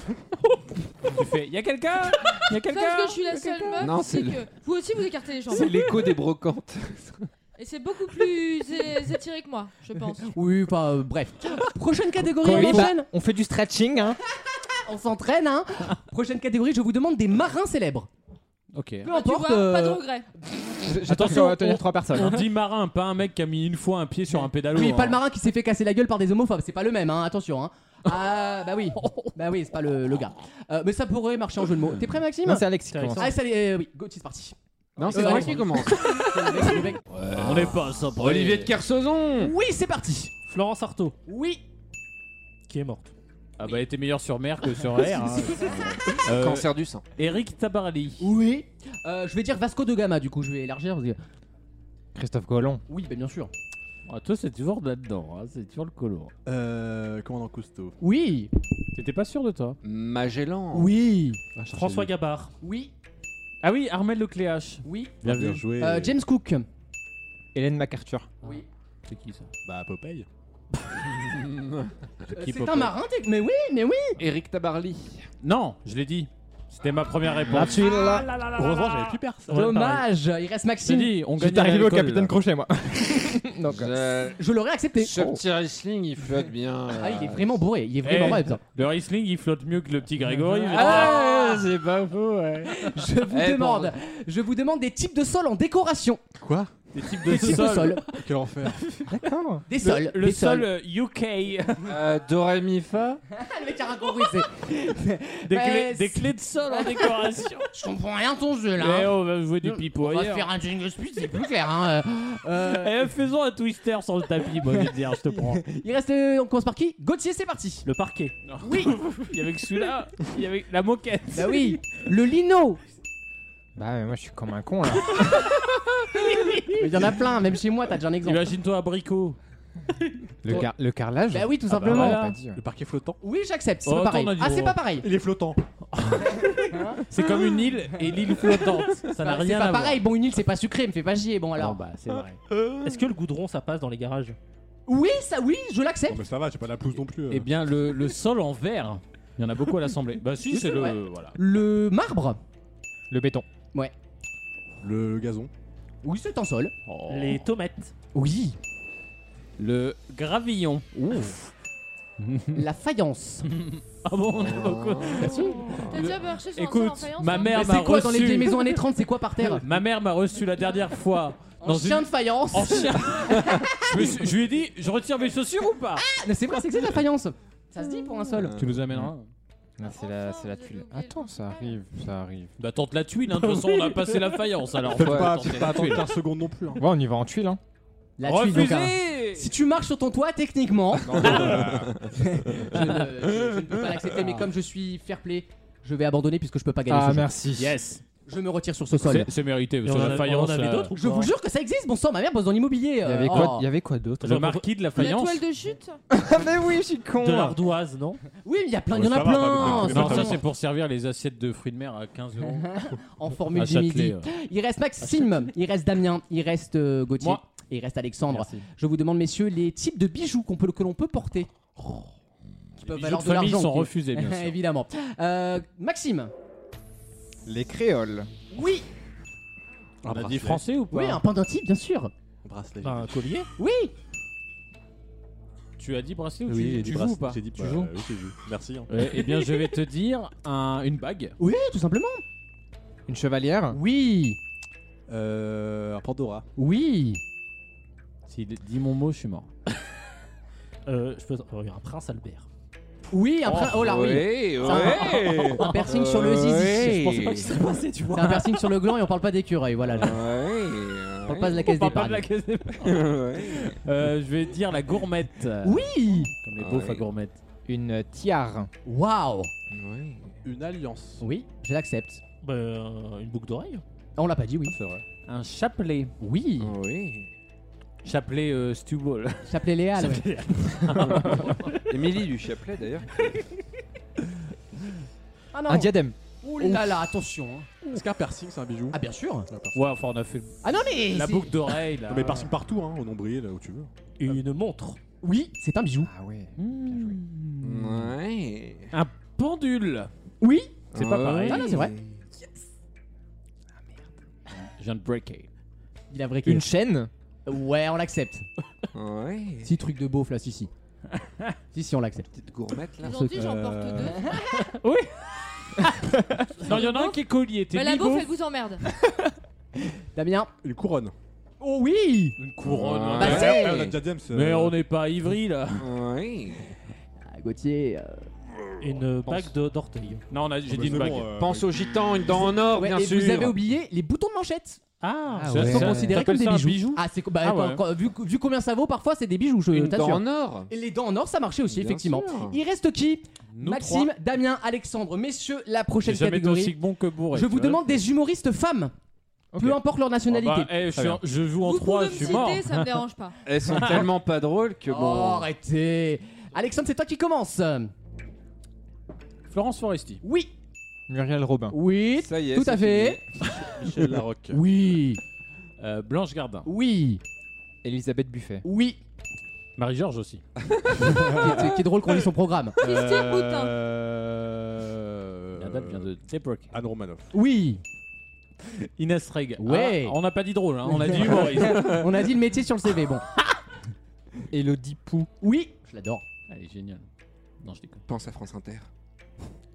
S3: Tu fais Y'a quelqu'un Y'a quelqu'un
S7: Parce que je suis la seule meuf
S4: Non,
S7: ici
S4: c'est
S7: que vous aussi vous écartez les jambes.
S4: C'est l'écho des brocantes.
S7: Et c'est beaucoup plus é- étiré que moi, je pense.
S2: Oui, enfin, euh, bref. Prochaine catégorie,
S5: Oui,
S2: on
S5: bah,
S2: enchaîne.
S5: on fait du stretching, hein.
S2: On s'entraîne, hein. Prochaine catégorie, je vous demande des marins célèbres.
S3: Ok.
S2: Peu
S7: Ah, tu
S2: importe.
S7: vois, pas de
S2: euh,
S7: regret.
S3: Attention,
S5: Attention, on va tenir
S3: on-
S5: trois personnes. hein.
S3: On dit marin, pas un mec qui a mis une fois un pied sur un pédalo.
S2: Oui,
S3: hein.
S2: pas le marin qui s'est fait casser la gueule par des homophobes, c'est pas le même, hein, attention. Hein. Ah, bah oui, bah oui, c'est pas le, le gars. Euh, mais ça pourrait marcher en jeu de mots. T'es prêt, Maxime
S5: Non, c'est Alex qui commence.
S2: Ah, ça allait, euh, oui, Gauthier, c'est parti.
S4: Non, c'est
S2: Euh,
S4: vrai
S2: Alex
S4: qui commence. Euh,
S3: On n'est pas ça.
S4: Olivier de Kersauzon
S2: Oui, c'est parti.
S8: Florence Artaud,
S2: Oui,
S8: qui est morte.
S3: Ah bah, elle était meilleure sur mer que sur air. hein. Euh,
S4: Cancer du sang.
S3: Eric Tabarly.
S2: oui. Euh, je vais dire Vasco de Gama, du coup, je vais élargir. parce que-
S5: Christophe Colomb.
S2: Oui, bah, bien sûr.
S3: Ah, toi, c'est toujours là-dedans, hein, c'est toujours le colo.
S6: Euh, commandant Cousteau.
S2: Oui,
S3: T'étais pas sûr de toi
S4: Magellan.
S2: oui,
S8: François Gabard,
S2: oui,
S3: Ah oui, Armel Lecléache.
S2: oui.
S3: Bien
S6: Bien
S3: vu.
S6: joué.
S2: Euh, James Cook.
S5: Hélène MacArthur.
S2: Oui.
S3: C'est qui ça
S6: Bah, Popeye.
S3: Qui
S2: C'est
S3: pop-
S2: un marin, t'es- mais oui, mais oui.
S4: Eric Tabarly.
S3: Non, je l'ai dit. C'était ma première réponse.
S2: Ah,
S5: Mathieu,
S6: Heureusement, j'avais plus personne.
S8: Ouais,
S2: Dommage, il reste
S3: Je l'ai
S2: Maxime.
S3: dit, on gagne.
S5: J'étais arrivé au capitaine Crochet, moi. Donc, euh,
S4: Je-
S2: Je l'aurais accepté. Oh.
S4: Ce petit Riesling, il flotte bien. euh,
S2: Ah, il est vraiment bourré, il est vraiment
S3: Eh.
S2: bourré. putain.
S3: Le Riesling, il flotte mieux que le petit Grégory. mais-
S4: Ah, c'est pas faux, ouais.
S2: Je vous
S4: Eh,
S2: demande,
S4: bravo.
S2: je vous demande des types de sols en décoration.
S6: Quoi
S3: Des types de
S2: Des types de
S3: sol.
S2: sols,
S6: Quel enfer.
S5: d'accord.
S2: des sols,
S3: Le,
S2: des
S3: sol
S2: sols.
S3: euh, UK.
S4: Euh, Do, Ré, Mi, Fa.
S2: Ah, le mec a rien compris, c'est- Mais
S3: Des, clés, des
S2: c'est-
S3: clés de sol en décoration.
S2: Je comprends rien ton jeu là.
S3: Eh,
S2: hein.
S3: on va jouer du
S2: Non,
S3: pipeau
S2: On va
S3: ailleurs.
S2: faire un jingle speed, c'est plus clair. hein, euh. Euh,
S3: Eh, faisons un twister sur le tapis, moi, je vais te dire, je te prends.
S2: il reste, euh, on commence par qui Gauthier, c'est parti.
S8: le parquet.
S2: Oui,
S3: Il y avait que celui-là, il y avait la moquette.
S2: bah oui. Le lino.
S5: Bah, mais moi, je suis comme un con, là.
S2: Mais Il y en a plein, même chez moi, t'as déjà un exemple.
S3: Imagine-toi abricot.
S5: Le, car- le carrelage.
S2: Bah oui, tout
S3: Ah bah
S2: simplement.
S3: voilà.
S5: Pas dit, ouais.
S6: Le parquet flottant.
S2: Oui, j'accepte. C'est
S3: Oh,
S2: pas
S3: attends,
S2: pareil.
S3: on a dit
S2: Ah, c'est
S3: bon.
S2: pas pareil.
S6: Il est flottant.
S3: C'est comme une île et l'île flottante. Ça
S2: Bah,
S3: n'a
S2: C'est
S3: rien à
S2: pas
S3: voir.
S2: pareil. Bon, une île, c'est pas sucré. Me fait pas chier. Bon alors.
S3: bah, c'est vrai.
S8: Est-ce que le goudron ça passe dans les garages
S2: Oui, ça, oui, je l'accepte.
S6: Non, mais ça va, j'ai pas la blouse non plus. euh.
S3: Eh bien, le, le sol en verre, il y en a beaucoup à l'Assemblée. Bah, si,
S2: Oui,
S3: c'est
S2: c'est
S3: le.
S2: vrai.
S3: Voilà.
S2: Le marbre.
S5: Le béton.
S6: Le gazon.
S2: Oui, c'est un sol.
S8: Les tomates,
S2: Oui.
S3: Le gravillon. Ouf.
S2: La faïence.
S3: Ah bon, on a beaucoup.
S7: T'as déjà marché sur un sol en
S3: Écoute,
S7: faïence
S3: ma
S7: hein
S3: mère
S2: Mais
S3: m'a
S2: c'est quoi
S3: reçu.
S2: dans les vieilles maisons années 30 C'est quoi par terre
S3: Ma mère m'a reçu la dernière fois
S2: En
S3: dans
S2: chien
S3: une.
S2: de
S3: Oh.
S2: faïence.
S3: En chien. je, me suis- je lui ai dit, je retire mes chaussures ou pas
S2: Mais C'est vrai, c'est que c'est de la faïence. Ça se dit pour un sol.
S3: Tu nous amènes un.
S5: Non, c'est la, c'est la tuile. Attends, ça arrive, ça arrive.
S3: Bah, tente la tuile, hein. de toute façon, on a passé la faïence alors.
S6: Faites
S4: bah,
S5: Ouais,
S6: pas,
S3: attends,
S6: faites pas attendre 15 secondes non plus. hein.
S5: Ouais, on y va en tuile, hein.
S2: La tuile, donc, hein.
S3: Refusé
S2: Si tu marches sur ton toit, techniquement. je, ne, je- je ne peux pas l'accepter,
S3: Ah.
S2: mais comme je suis fair play, je vais abandonner puisque je peux pas gagner.
S5: Ah,
S2: ce jeu.
S5: merci.
S3: Yes.
S2: Je me retire sur ce sol.
S3: C'est c'est mérité,
S8: Et
S3: parce que
S8: en a-
S3: la faïence.
S8: en avait
S3: euh,
S8: d'autres ou
S2: Je
S8: pas
S2: vous jure que ça existe. Bon sang, ma mère bosse dans l'immobilier.
S5: Il y
S2: euh,
S5: avait quoi,
S2: oh.
S5: il y avait quoi d'autre
S3: Le marquis de la
S7: La
S3: faïence.
S7: toile de chute
S5: Ah, mais oui, je suis con.
S8: de l'ardoise, non
S2: Oui, mais il y a plein, il
S6: Ouais,
S2: y en a
S6: ça va,
S2: plein.
S6: pas de-
S2: c'est
S3: Non, ça
S2: vraiment
S3: c'est pour servir les assiettes de fruits de mer à 15 euros.
S2: En
S3: à
S2: formule du
S3: Châtelet.
S2: midi.
S3: euh.
S2: Il reste Maxime, il reste Damien, il reste euh, Gauthier,
S3: Moi.
S2: et il reste Alexandre. Je vous demande, messieurs, les types de bijoux qu'on peut, que l'on peut porter. Qui
S3: Les
S2: peuvent
S3: bijoux
S2: valoir
S3: de
S2: de
S3: famille
S2: l'argent.
S3: sont
S2: qui-
S3: refusés, bien sûr.
S2: Évidemment. Euh, Maxime.
S5: Les créoles.
S2: Oui.
S3: On a dit
S6: bracelet.
S3: français ou pas
S2: Oui, un pendentif, bien sûr.
S6: Un bracelet.
S2: Bah.
S8: Enfin, Un collier
S2: Oui.
S3: Tu as dit bracelet ou
S6: Oui,
S3: tu, tu
S6: j'ai dit
S3: joues
S6: bracelet.
S3: ou pas
S6: J'ai dit,
S3: Tu
S6: bah,
S3: joues
S6: oui, j'ai joué. Merci. hein.
S3: Ouais, Eh bien, je vais te dire un- une bague.
S2: Oui, tout simplement.
S5: Une chevalière.
S2: Oui.
S6: Euh, un Pandora.
S2: Oui.
S3: Si dit mon mot, je suis mort.
S8: Euh, je peux... oh, il y a un prince Albert.
S2: Oui, après. Oh, là, oui.
S4: Ouais, Oh, ouais.
S2: Un piercing sur le zizi.
S8: Je pensais pas qu'il serait passé, tu
S2: C'est
S8: vois.
S2: un piercing sur le gland et on parle pas d'écureuil, voilà. je- On parle pas de la caisse
S8: On parle pas de
S2: d'épargne.
S8: la caisse des-
S3: Euh, je vais dire la gourmette.
S2: Oui
S3: Comme les
S4: Ah
S3: beaufs
S4: oui.
S3: à gourmette.
S5: Une tiare.
S2: Waouh
S6: Une alliance.
S2: Oui, je l'accepte.
S8: Bah, euh, une boucle d'oreille
S2: On l'a pas dit, oui.
S6: C'est vrai.
S3: Un chapelet.
S2: Oui,
S4: Oui.
S3: Chapelet euh, Stewball.
S2: s'appelait Léal. Ah, ouais.
S4: Émilie du Chapelet d'ailleurs.
S2: Ah non
S5: Un diadème.
S2: Ouh là là, attention. hein.
S6: Est-ce qu'un piercing, c'est un bijou
S2: Ah bien sûr
S3: Ouais, enfin, on a fait
S2: Ah non mais
S3: la
S2: c'est-
S3: boucle d'oreille là.
S6: Non, mais piercing partout, hein, au nombril, là où tu veux.
S8: Une montre.
S2: Oui, c'est un bijou.
S5: Ah ouais.
S4: Ouais.
S3: Un pendule.
S2: Oui
S3: C'est pas pareil.
S2: Ah non, c'est vrai.
S3: Je viens de breaker.
S2: Il a breaké.
S5: Une chaîne.
S2: Ouais, on l'accepte.
S4: Ouais.
S2: Si, truc de beauf là, si, si. si, si, on l'accepte.
S4: Petite gourmette là.
S7: Aujourd'hui, j'en porte
S6: Euh,
S7: deux.
S3: Non, il y en a un qui est collier. T'es
S7: Mais la bouffe,
S3: mi-beauf.
S7: elle vous emmerde.
S2: Damien
S6: Une couronne.
S2: Oh oui
S3: Une couronne.
S4: Ouais.
S3: hein. Euh,
S2: Bah,
S6: Ouais,
S2: c'est-
S6: ouais, euh, on a diadème, c'est-
S3: Mais on n'est pas à Ivry là.
S4: Ouais.
S2: ah, Gauthier. euh,
S8: Une euh, bague de- d'orteil.
S3: Non, on a- j'ai
S6: Ah, bah,
S3: dit une
S6: c'est
S3: bague.
S6: bon, euh,
S4: Pense aux gitans, une dent en or,
S2: ouais,
S4: bien
S2: et
S4: sûr.
S2: vous avez oublié les boutons de manchette.
S8: Ah,
S5: Ah
S3: Ça,
S5: ouais.
S3: ça,
S2: sont considérés comme
S3: t'appelles
S2: des
S3: ça un
S2: bijoux.
S3: bijou
S2: Ah, c'est co- bah,
S3: Ah
S2: quand-
S3: ouais.
S2: quand- vu, vu combien ça vaut, parfois c'est des bijoux, je
S4: Une dent
S2: t'assure.
S4: en or.
S2: Et les dents en or, ça marchait aussi,
S4: Bien
S2: effectivement.
S4: sûr.
S2: Il reste qui
S3: Nous
S2: Maxime, Damien, Alexandre. Messieurs, la
S3: J'ai
S2: prochaine
S3: jamais été
S2: catégorie.
S3: aussi bon que bourré.
S2: je vous demande des humoristes femmes, peu importe leur nationalité.
S3: Ah, bah, eh, je, suis en- je joue en
S7: vous
S3: 3,
S7: pouvez
S3: je
S7: me
S3: suis mort.
S7: citer, ça me dérange pas.
S4: Elles sont tellement pas drôles que
S2: Oh,
S4: bon.
S2: arrêtez Alexandre, c'est toi qui commence.
S3: Florence Foresti.
S2: Oui,
S5: Muriel Robin.
S2: oui,
S4: Ça y est,
S2: tout à
S4: c'est
S2: fait.
S6: Michel Larocque.
S2: Oui,
S3: Euh, Blanche Gardin.
S2: oui,
S5: Elisabeth Buffet.
S2: oui.
S3: Marie-Georges aussi.
S2: qui, qui est drôle qu'on lit son programme.
S7: Christine Boutin.
S6: Euh...
S3: La date vient de Debrock.
S6: Anne Romanoff.
S2: Oui,
S3: Inès Reg.
S2: Ouais.
S3: Ah, on n'a pas dit drôle, hein, on a dit humoriste.
S2: on a dit le métier sur le CV. Bon,
S5: Elodie Pou.
S2: oui, je l'adore.
S3: Elle est géniale. Non, je déconne.
S4: Pense à France Inter.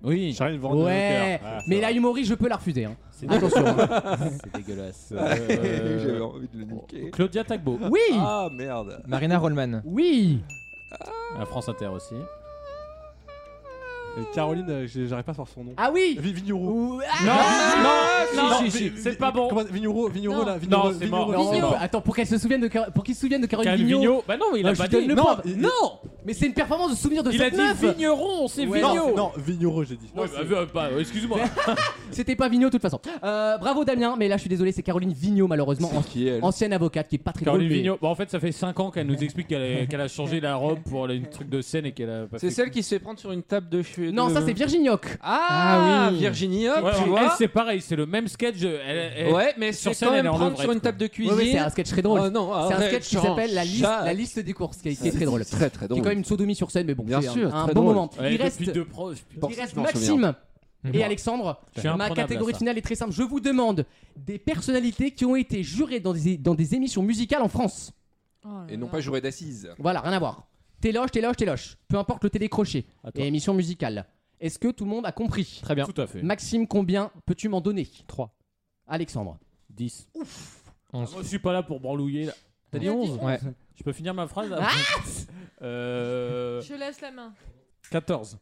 S3: Oui.
S6: Charline Van
S2: Ouais,
S6: Ah,
S2: mais la humoriste, je peux la refuser. hein. Attention. hein.
S3: C'est dégueulasse.
S4: J'avais
S3: Euh,
S4: envie de le niquer.
S3: Claudia Tagbo.
S2: Oui,
S4: Ah merde.
S5: Marina Rollman.
S2: oui,
S3: À France Inter aussi.
S6: Et Caroline, euh, j'ai- j'arrive pas à faire son nom.
S2: ah oui.
S6: Vi- Vigneault.
S2: Ou- ah,
S3: Non, non, non, si,
S6: Vi-
S3: si,
S6: Vi-
S3: c'est pas bon.
S6: Comment- Vigneault, Vigneault
S7: Non.
S6: là.
S3: Non, c'est mort.
S2: non,
S7: Vigneault.
S2: on peut- Attends, pour qu'elle se souvienne de Car- pour qu'il se souvienne de Caroline Vigneault.
S3: Vigneault. Bah non, mais il
S2: Euh,
S3: a
S2: je
S3: pas
S2: donne
S3: dit.
S2: le
S3: non,
S2: point.
S6: il-
S3: non.
S2: Mais c'est une performance de souvenir de
S3: Il a
S2: cette
S3: dit
S2: meuf.
S3: vigneron, c'est
S2: Ouais.
S3: Vigneault.
S6: Non, non, Vigneault, j'ai dit.
S3: Ouais, bah, euh, pas- euh, Excuse-moi.
S2: C'était pas Vigneault de toute façon. Euh, bravo Damien, mais là je suis désolé, c'est Caroline Vigneault malheureusement, an-
S4: Qui est elle
S2: ancienne avocate qui est pas très
S3: Caroline
S2: drôle, mais-
S3: Vigneault. Bon, en fait, ça fait 5 ans qu'elle nous explique qu'elle est- qu'elle a changé la robe pour le truc de scène et qu'elle a pas
S4: C'est
S3: fait-
S4: celle qui se fait prendre sur une table de cheveux.
S2: Non,
S4: de-
S2: ça c'est Virginie Hoc.
S4: Ah,
S5: Ah oui.
S4: Virginie Hoc,
S3: Ouais,
S4: tu
S3: alors, elle,
S4: vois.
S3: c'est pareil, c'est le même sketch. euh, elle- elle-
S4: Ouais, mais
S3: sur
S4: c'est
S3: scène,
S4: quand
S3: elle est
S4: même
S3: en
S4: prendre
S3: levrette,
S4: sur une
S3: quoi.
S4: table de
S2: Oui,
S4: cuisine.
S2: c'est un sketch très drôle.
S4: Oh non,
S2: c'est un
S4: arrête,
S2: sketch qui
S4: Jean,
S2: s'appelle la liste,
S4: chat.
S2: la liste des courses, qui, est- qui est très drôle. Qui
S4: Très très
S2: est
S4: drôle.
S2: quand même une sodomie sur scène, mais bon,
S4: Bien
S2: c'est un-
S4: sûr,
S2: un,
S4: très
S2: bon
S4: drôle.
S2: moment.
S3: Ouais,
S2: il
S3: depuis
S2: reste,
S3: deux proches, putain.
S2: il reste
S4: je m'en
S2: Maxime et
S5: Mhm.
S2: Alexandre.
S3: Je suis
S2: Ma
S3: imprenable à
S2: catégorie
S3: ça.
S2: finale est très simple. Je vous demande des personnalités qui ont été jurées dans des, dans des émissions musicales en France.
S7: Oh là
S4: Et non
S7: là.
S4: pas jouer d'assises.
S2: Voilà, rien à voir. Téloche, téloche, téloche. Peu importe le télécrochet
S3: Attends.
S2: et émission musicale. Est-ce que tout le monde a compris
S5: Très bien.
S3: Tout à fait.
S2: Maxime, combien peux-tu m'en donner 3. Alexandre.
S3: 10.
S5: Onze.
S3: Moi, je suis pas là pour branlouiller. là. T'as dit
S7: On a
S3: 11
S7: dit
S5: Ouais.
S3: Je peux finir ma
S2: Ah
S3: phrase là Euh.
S7: Je laisse la main.
S3: 14.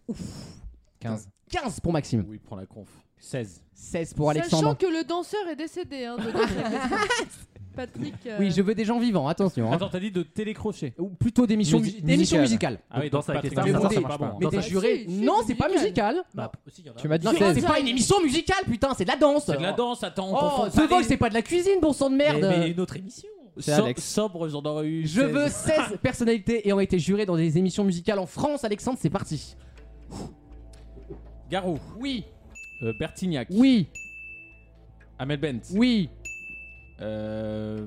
S5: 15.
S2: 15 pour Maxime.
S3: Oui, prends la conf. 16.
S2: 16 pour
S7: Sachant
S2: Alexandre.
S7: que le danseur est décédé. Hein, de Patrick. euh,
S2: Oui, je veux des gens vivants, attention. hein.
S3: Attends, t'as dit de télécrocher.
S2: Ou plutôt d'émissions
S5: Musi-
S2: musicales. D'émissions
S5: musicales.
S2: musicales.
S3: Ah oui,
S8: Dans
S3: donc
S8: sa
S3: Patrick
S8: question,
S2: Mais
S3: Martin,
S2: bon,
S3: ça
S2: des-
S3: marche pas. hein.
S2: Mais
S8: Dans
S2: t'es
S8: sa-
S2: juré.
S7: Si, si,
S2: Non,
S7: c'est
S2: c'est pas musical.
S8: Bah, si, il y en a.
S5: Tu m'as dit
S2: Non,
S7: Musical.
S2: c'est pas une émission musicale, putain, c'est de la danse.
S3: C'est de la danse, attends, on
S2: Oh,
S3: confond
S2: The
S3: pas
S2: Voice,
S3: les-
S2: c'est pas de la cuisine, bon sang de
S8: Mais-
S2: merde.
S8: Mais une autre émission.
S5: C'est
S3: So-
S5: Alex.
S3: Sobre, j'en aurais eu.
S2: Je
S3: 16.
S2: veux 16 personnalités ayant été jurées dans des émissions musicales en France. Alexandre, c'est parti.
S3: Garou.
S2: Oui,
S3: Euh, Bertignac.
S2: oui,
S3: Amel Bent.
S2: oui,
S3: Euh,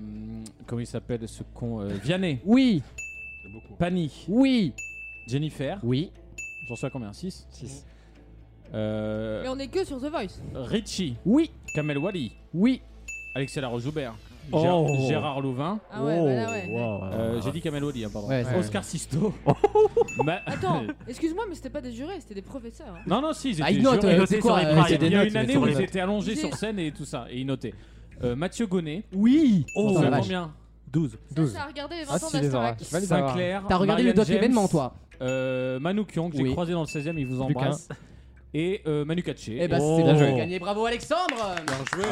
S3: comment il s'appelle ce con euh, Vianney.
S2: oui,
S3: Pani.
S2: oui,
S3: Jennifer.
S2: oui.
S3: J'en suis à combien 6
S2: Six.
S3: Euh,
S7: Mais on est que sur The Voice.
S3: Richie.
S2: Oui,
S3: Kamel Wally.
S2: oui.
S3: Alexis Laroche-Joubert.
S8: Oh.
S3: Gérard, Gérard Louvain.
S7: Ah ouais, bah là, ouais.
S3: Euh, J'ai dit Kamel Wally, hein, pardon.
S2: Oh. Ouais, c'est Oh.
S3: Oscar Sisto. Ma-
S7: Attends, excuse-moi, mais c'était pas des jurés, c'était des professeurs. hein.
S3: Non, non, si, ils
S2: Ah,
S3: étaient
S2: ils notent,
S3: jurés.
S2: euh,
S8: notés
S2: c'est
S8: sur
S2: quoi
S8: les
S2: euh,
S8: bras,
S2: c'est
S8: il y a
S2: des
S3: Il y a
S2: notes.
S3: une année
S8: sur
S3: où
S8: les
S3: ils
S8: notes.
S3: étaient allongés
S7: J'ai-
S3: sur scène et tout ça, et ils notaient. Euh, Mathieu Gonnet.
S2: Oui
S3: Oh,
S2: la vache. Oh, la
S3: combien
S2: vache.
S3: combien
S8: 12.
S7: Ça,
S5: 12.
S7: ça a regardé les 20
S5: Ah,
S7: ans
S5: si, les auras.
S7: d'Astarac.
S5: Va les avoir.
S3: Sinclair.
S2: T'as regardé le
S3: Marianne
S2: doc
S3: James,
S2: événement, toi
S3: euh, Manu Kion, que j'ai
S2: Oui.
S3: croisé dans le 16 e il vous
S5: Lucas.
S3: embrasse. Et euh, Manu Katché.
S2: Eh ben,
S8: Oh.
S2: c'est bon,
S8: Bien
S2: t'as
S8: joué.
S2: gagné. Bravo, Alexandre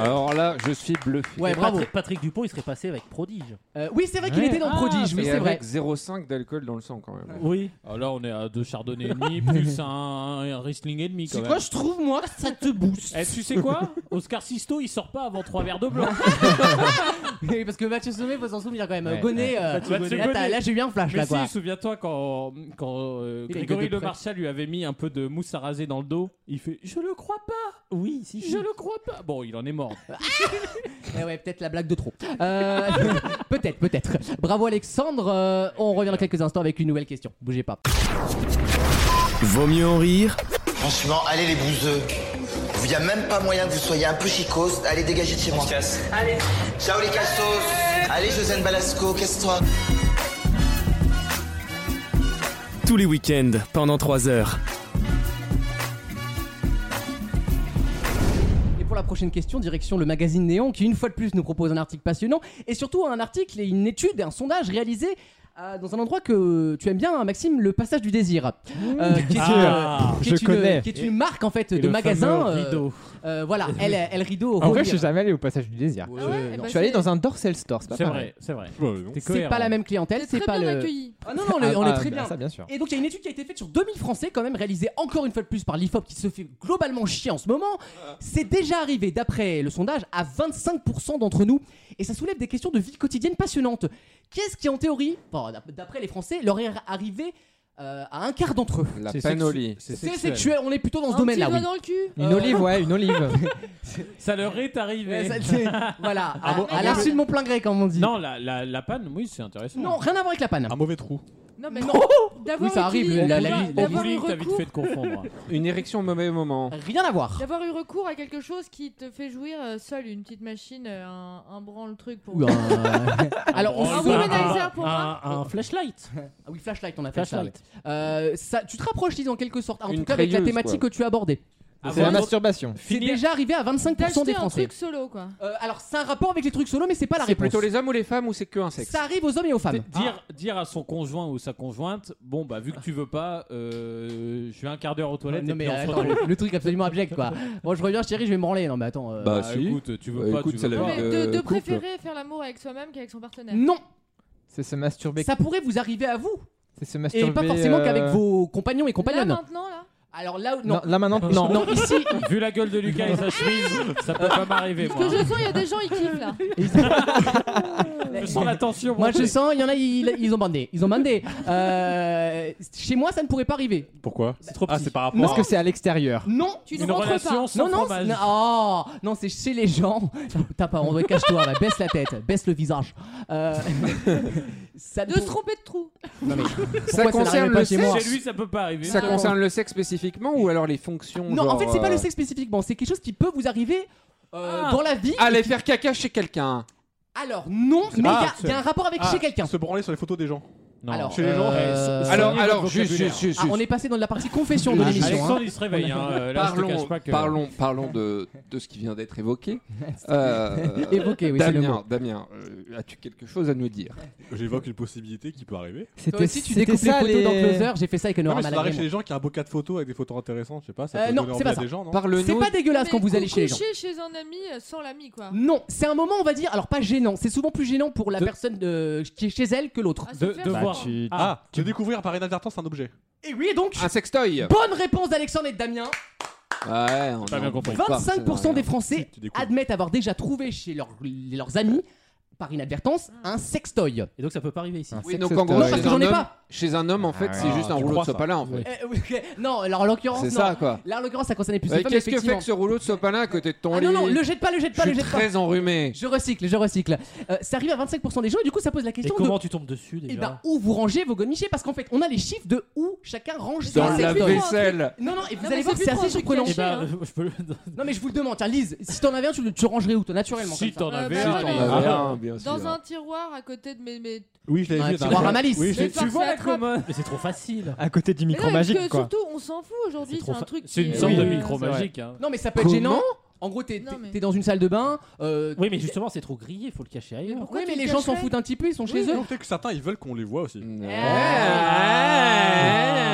S4: Alors là, je suis bluffé.
S2: Ouais,
S8: Et
S2: bravo.
S8: Patrick, Patrick Dupont, il serait passé avec Prodige.
S2: Euh, oui, c'est vrai qu'il
S5: Ouais.
S2: était dans
S3: Ah,
S2: Prodige, oui,
S4: Et
S2: c'est vrai.
S4: avec 0,5 d'alcool dans le sang quand même.
S8: Oui.
S3: Alors Ah, là, on est à deux chardonnays et demi, plus un, un Riesling et demi quand
S2: C'est
S3: même.
S2: quoi, je trouve, moi, que ça te booste.
S3: Eh, tu sais quoi Oscar Sisto, il sort pas avant trois verres de blanc.
S2: Oui, Parce que Mathieu Sommet, faut s'en souvenir quand même.
S5: Ouais,
S2: Gonnet, euh,
S3: Mathieu
S2: là,
S3: Gonnet.
S2: t'as- là, j'ai eu un flash,
S3: Mais
S2: là,
S3: si,
S2: quoi.
S3: souviens-toi quand, quand euh,
S2: Il a
S3: Grégory
S2: gueulé de
S3: Le
S2: près.
S3: Marchal lui avait mis un peu de mousse à raser dans le dos, il fait Je le crois pas
S8: Oui, si.
S3: Je le crois pas Bon, il en est mort.
S2: Eh ouais, peut-être la blague de trop. Euh, peut-être, peut-être. Bravo, Alexandre. Euh, on revient dans quelques instants avec une nouvelle question. Bougez pas.
S1: Vaut mieux en rire
S9: Franchement, allez les bouseux. Il n'y a même pas moyen que vous soyez un peu chicos. Allez, dégagez de chez moi. Allez. Ciao les cassos. Allez, Josiane Balasco, casse-toi.
S1: tous les week-ends pendant 3 heures.
S2: Et pour la prochaine question, direction le magazine Néon qui une fois de plus nous propose un article passionnant et surtout un article et une étude, un sondage réalisé euh, dans un endroit que tu aimes bien, hein, Maxime, le passage du désir, Euh, qui, est,
S8: Ah,
S2: qui
S5: je
S2: est une,
S5: connais.
S2: qui est une marque en fait
S3: Et
S2: de
S3: le
S2: magasin.
S3: fameux
S2: euh,
S3: rideau.
S2: euh, voilà, elle, elle rideau.
S5: En vrai, je
S2: relire.
S5: suis jamais allé au passage du désir.
S7: Ah ouais,
S2: Bah,
S7: eh ben,
S5: Je suis
S7: c'est-
S5: allé dans un Dorsal Store, c'est pas
S3: C'est
S5: pareil.
S3: vrai, c'est vrai. T'es
S2: c'est
S3: cohérent.
S2: pas la même clientèle,
S7: C'est
S2: c'est pas
S7: très bien
S2: le.
S7: accueilli.
S2: Ah non, non, on est, on est
S5: Ah,
S2: très
S5: ah,
S2: bien.
S5: Ça, bien sûr.
S2: Et donc il y a une étude qui a été faite sur 2000 Français quand même, réalisée encore une fois de plus par l'IFOP qui se fait globalement chier en ce moment. C'est déjà arrivé, d'après le sondage, à 25% d'entre nous. Et ça soulève des questions de vie quotidienne passionnantes. Qu'est-ce qui en théorie, enfin, d'ap- d'après les Français, leur est arrivé euh, à un quart d'entre eux
S4: La
S3: C'est
S4: panne au
S3: sexu-
S4: lit.
S3: c'est
S2: C'est
S3: sexuel.
S2: sexuel, on est plutôt dans ce
S7: Un petit
S2: domaine-là.
S7: doigt
S2: oui.
S7: dans le cul.
S5: Une
S2: euh,
S5: olive, ouais, une olive.
S3: Ça leur est
S2: Ouais,
S3: arrivé.
S2: ça, c'est- voilà, à,
S7: bon-
S2: à
S7: un
S2: l'insu
S7: bon-
S2: de mon plein gré, comme on dit.
S3: Non, la, la, la panne, oui, c'est intéressant.
S2: Non, rien à voir avec la panne.
S6: Un mauvais trou.
S7: Non, mais
S2: Non.
S7: d'avoir
S2: Oui, ça arrive,
S7: utilisé-
S2: la- la-
S7: d'avoir-
S2: la- la-
S7: d'avoir eu
S3: t'as vite
S7: recours-
S3: fait de confondre.
S4: Une érection au mauvais moment.
S2: Rien à voir.
S7: D'avoir eu recours à quelque chose qui te fait jouir euh, seul, une petite machine, euh, un, un branle-truc pour.
S2: Ou un- Alors, on
S7: Un
S2: se-
S7: womanizer pour moi.
S8: un, un flashlight.
S2: Ah oui, flashlight, on a fait ça.
S8: Flashlight.
S2: ouais. Euh, ça- tu te rapproches, disons, en quelque sorte. En
S4: Une
S2: tout cas, avec la
S4: treilleuse,
S2: thématique que tu as abordée.
S5: C'est la
S3: Avant,
S5: masturbation.
S2: C'est
S3: Finir-
S2: déjà arrivé à 25%
S7: D'acheter
S2: des
S7: un
S2: Français.
S7: truc solo, quoi.
S2: Euh, alors, c'est un rapport avec les trucs solo, mais c'est pas la
S4: C'est
S2: réponse.
S4: plutôt les hommes ou les femmes ou c'est que un sexe
S2: Ça arrive aux hommes et aux femmes.
S8: Ah.
S2: Ah,
S3: dire, dire à son conjoint ou sa conjointe Bon, bah, vu que tu veux pas, euh, je vais un quart d'heure aux
S2: Ah,
S3: toilettes
S2: non,
S3: et
S2: mais
S3: puis on se
S2: attends,
S3: retrouve.
S2: le, le truc absolument abject, quoi. Bon, je reviens, chérie, je vais me branler. Non, mais attends. euh,
S4: Bah, si.
S3: écoute, tu veux
S4: Bah,
S3: pas,
S4: écoute,
S3: tu
S4: c'est
S3: veux
S4: la
S7: Non,
S3: pas.
S4: vie
S7: mais
S4: de
S7: de, de
S4: couple.
S7: préférer faire l'amour avec soi-même qu'avec son partenaire.
S2: non,
S5: C'est se masturber.
S2: ça pourrait vous arriver à vous.
S5: C'est se
S2: Et
S5: masturber.
S2: pas forcément
S5: euh,
S2: qu'avec vos compagnons et
S7: Là
S2: compagnonnes.
S7: maintenant, là.
S2: Alors là, non.
S5: Non, là maintenant,
S2: Non,
S5: non.
S2: ici,
S3: Vu la gueule de Lucas et sa chemise, ça peut pas m'arriver.
S7: Parce
S3: moi.
S7: que je sens, il y a des gens, ils kiffent là.
S3: Je sens la tension.
S2: moi
S3: monter.
S2: je sens, il y en a, ils, ils ont bandé. Ils ont bandé. Euh, chez moi, ça ne pourrait pas arriver.
S6: Pourquoi
S3: C'est trop
S6: Ah,
S3: petit.
S6: c'est par rapport.
S5: Parce que c'est à l'extérieur.
S2: Non,
S7: Tu
S3: Une
S7: ne rentres
S3: relation
S7: pas.
S3: sans
S2: Non, non, c'est-
S3: fromage.
S2: non, oh, non, c'est chez les gens. T'as pas, on doit cache-toi, là, baisse la tête, baisse le visage. Euh, ça ne
S7: De
S2: pour-
S7: se tromper de trou.
S4: Ça
S2: Pourquoi ça n'arrive
S4: concerne
S2: pas
S4: le
S2: chez moi
S4: sexe
S3: Chez lui, ça peut pas arriver.
S4: Ça concerne le sexe spécifiquement ou alors les fonctions
S2: Non, en
S4: genre,
S2: fait, c'est pas le
S4: euh,
S2: sexe spécifiquement, c'est quelque chose qui peut vous arriver euh,
S3: Ah.
S2: dans la vie.
S4: Aller faire caca chez quelqu'un.
S2: Alors, non, mais il y a-
S6: Ah,
S2: il y, a un rapport avec
S6: Ah,
S2: chez quelqu'un.
S6: Se branler sur les photos des gens.
S3: Non.
S2: Alors,
S6: Chez les
S2: euh,
S6: gens,
S3: eh, so-
S4: Alors,
S3: Soignez
S4: alors,
S3: votre
S4: juste,
S3: vocabulaire.
S4: juste, juste,
S2: ah, on est passé dans la partie confession de
S4: Ah,
S2: l'émission. hein.
S3: Alexandre, il se réveille. hein, euh, Là, je te
S4: Parlons,
S3: cache pas que.
S4: parlons, parlons de, de ce qui vient d'être évoqué. Euh,
S2: Évoqué, oui, c'est le mot.
S4: Damien, Damien, euh, as-tu quelque chose à nous dire
S6: J'évoque une possibilité qui peut arriver.
S2: Toi
S5: C'était
S2: aussi, tu découpes les
S5: ça,
S2: photos
S5: les-
S2: dans Closer, j'ai fait ça avec
S6: Non, mais ça
S2: Normal
S6: arrive chez les gens qui a un beau cas de photos avec des photos intéressantes, je sais pas, ça
S2: Euh,
S6: peut
S2: non,
S6: donner
S2: c'est
S6: envie
S2: pas
S6: à
S2: ça.
S6: des gens, non
S2: C'est
S4: Parle-nous.
S2: pas dégueulasse
S7: Mais
S2: quand vous allez
S7: cou-
S2: chez les gens.
S7: coucher chez un ami euh, sans l'ami, quoi.
S2: Non, c'est un moment, on va dire, alors pas gênant, c'est souvent plus gênant pour la
S3: De-
S2: personne euh, qui est chez elle que l'autre.
S7: À se
S3: De-
S7: faire
S3: de
S7: voir.
S3: voir.
S5: Bah, Tu-
S6: Ah, de découvrir par inadvertance un objet.
S2: Et oui, donc,
S4: Un sextoy Ah
S2: bonne réponse d'Alexandre et de Damien.
S4: Ouais, on
S3: Pas
S4: en
S3: bien compris.
S4: parle, ça
S2: 25% des
S4: n'a rien.
S2: Français
S6: Tu découvres.
S2: admettent avoir déjà trouvé chez leurs, leurs amis, par inadvertance, un sextoy.
S8: Et donc ça peut pas arriver ici.
S5: Un
S4: Oui,
S5: sexe
S4: donc en gros,
S5: toy.
S2: Non, parce
S4: chez
S2: que j'en
S4: un,
S2: ai
S4: homme,
S2: pas.
S4: chez un homme, en fait, c'est
S5: Ah,
S4: juste un
S6: tu
S4: rouleau
S6: crois
S4: de
S6: ça.
S4: sopalin, en fait.
S2: Eh, oui, ok. Non, alors en l'occurrence,
S4: C'est
S2: non.
S4: ça, quoi.
S2: Là, en l'occurrence, ça concernait plus
S4: Euh,
S2: les femmes,
S4: Qu'est-ce que fait
S2: effectivement.
S4: que ce rouleau de sopalin à côté de ton
S2: Ah
S4: lit
S2: non, non, le jette pas, le jette
S4: Je
S2: pas, le
S4: suis
S2: jette pas.
S4: très enrhumé.
S2: Je recycle, je recycle. Euh, ça arrive à 25% des gens et du coup, ça pose la
S8: Et
S2: question de
S8: comment tu tombes dessus déjà
S2: eh ben, où vous rangez vos gommichés parce qu'en fait, on a les chiffres de où chacun range son
S7: Dans
S4: Dans
S7: c'est
S4: la
S7: plus
S2: sextoy.
S7: vrai.
S4: vaisselle.
S2: Non, non, et vous
S7: Non,
S2: allez
S7: mais
S2: voir que
S7: c'est
S2: c'est
S7: plus
S2: assez
S7: trop
S2: surprenant.
S7: un truc
S8: Eh ben,
S7: Hein.
S8: euh, je peux le-
S2: Non, mais je vous le demande, tiens, Lise, si t'en avais un, tu le tu le rangerais où toi, naturellement
S3: Si
S2: comme ça.
S3: t'en
S7: Euh,
S3: avais
S7: bah,
S3: un,
S7: j'en
S3: mais-
S7: ai un.
S3: Ah,
S4: bien
S7: Dans un tiroir à côté de mes. mes...
S6: Oui, je
S2: Un
S6: l'avais vu.
S2: tiroir à malice.
S6: Oui, je
S7: Mais
S6: l'ai-
S7: par-
S3: Tu vois
S7: ça
S3: la
S7: attrape.
S3: commode
S8: Mais c'est trop facile.
S5: À côté du
S7: Mais non,
S2: Eh,
S5: micro
S7: parce que
S5: magique, quoi.
S7: Surtout, on s'en fout aujourd'hui,
S8: C'est
S7: c'est
S8: trop
S7: un
S8: fa-
S7: truc.
S3: C'est
S7: qui
S3: une
S7: est,
S3: sorte de
S7: euh,
S3: micro magique. hein.
S2: Non, mais ça peut être gênant. En gros, t'es
S7: Non,
S2: t'es-
S7: mais-
S2: t'es dans une salle de bain. euh,
S8: Oui, mais justement, c'est trop grillé, faut le cacher ailleurs.
S7: pourquoi
S2: oui,
S7: tu
S2: mais
S7: le
S2: les gens s'en
S7: cacherais
S2: foutent un petit peu, ils sont chez eux.
S6: Peut-être que certains ils veulent qu'on les voit
S3: Mm.
S6: aussi.
S3: Eh.
S7: Ah.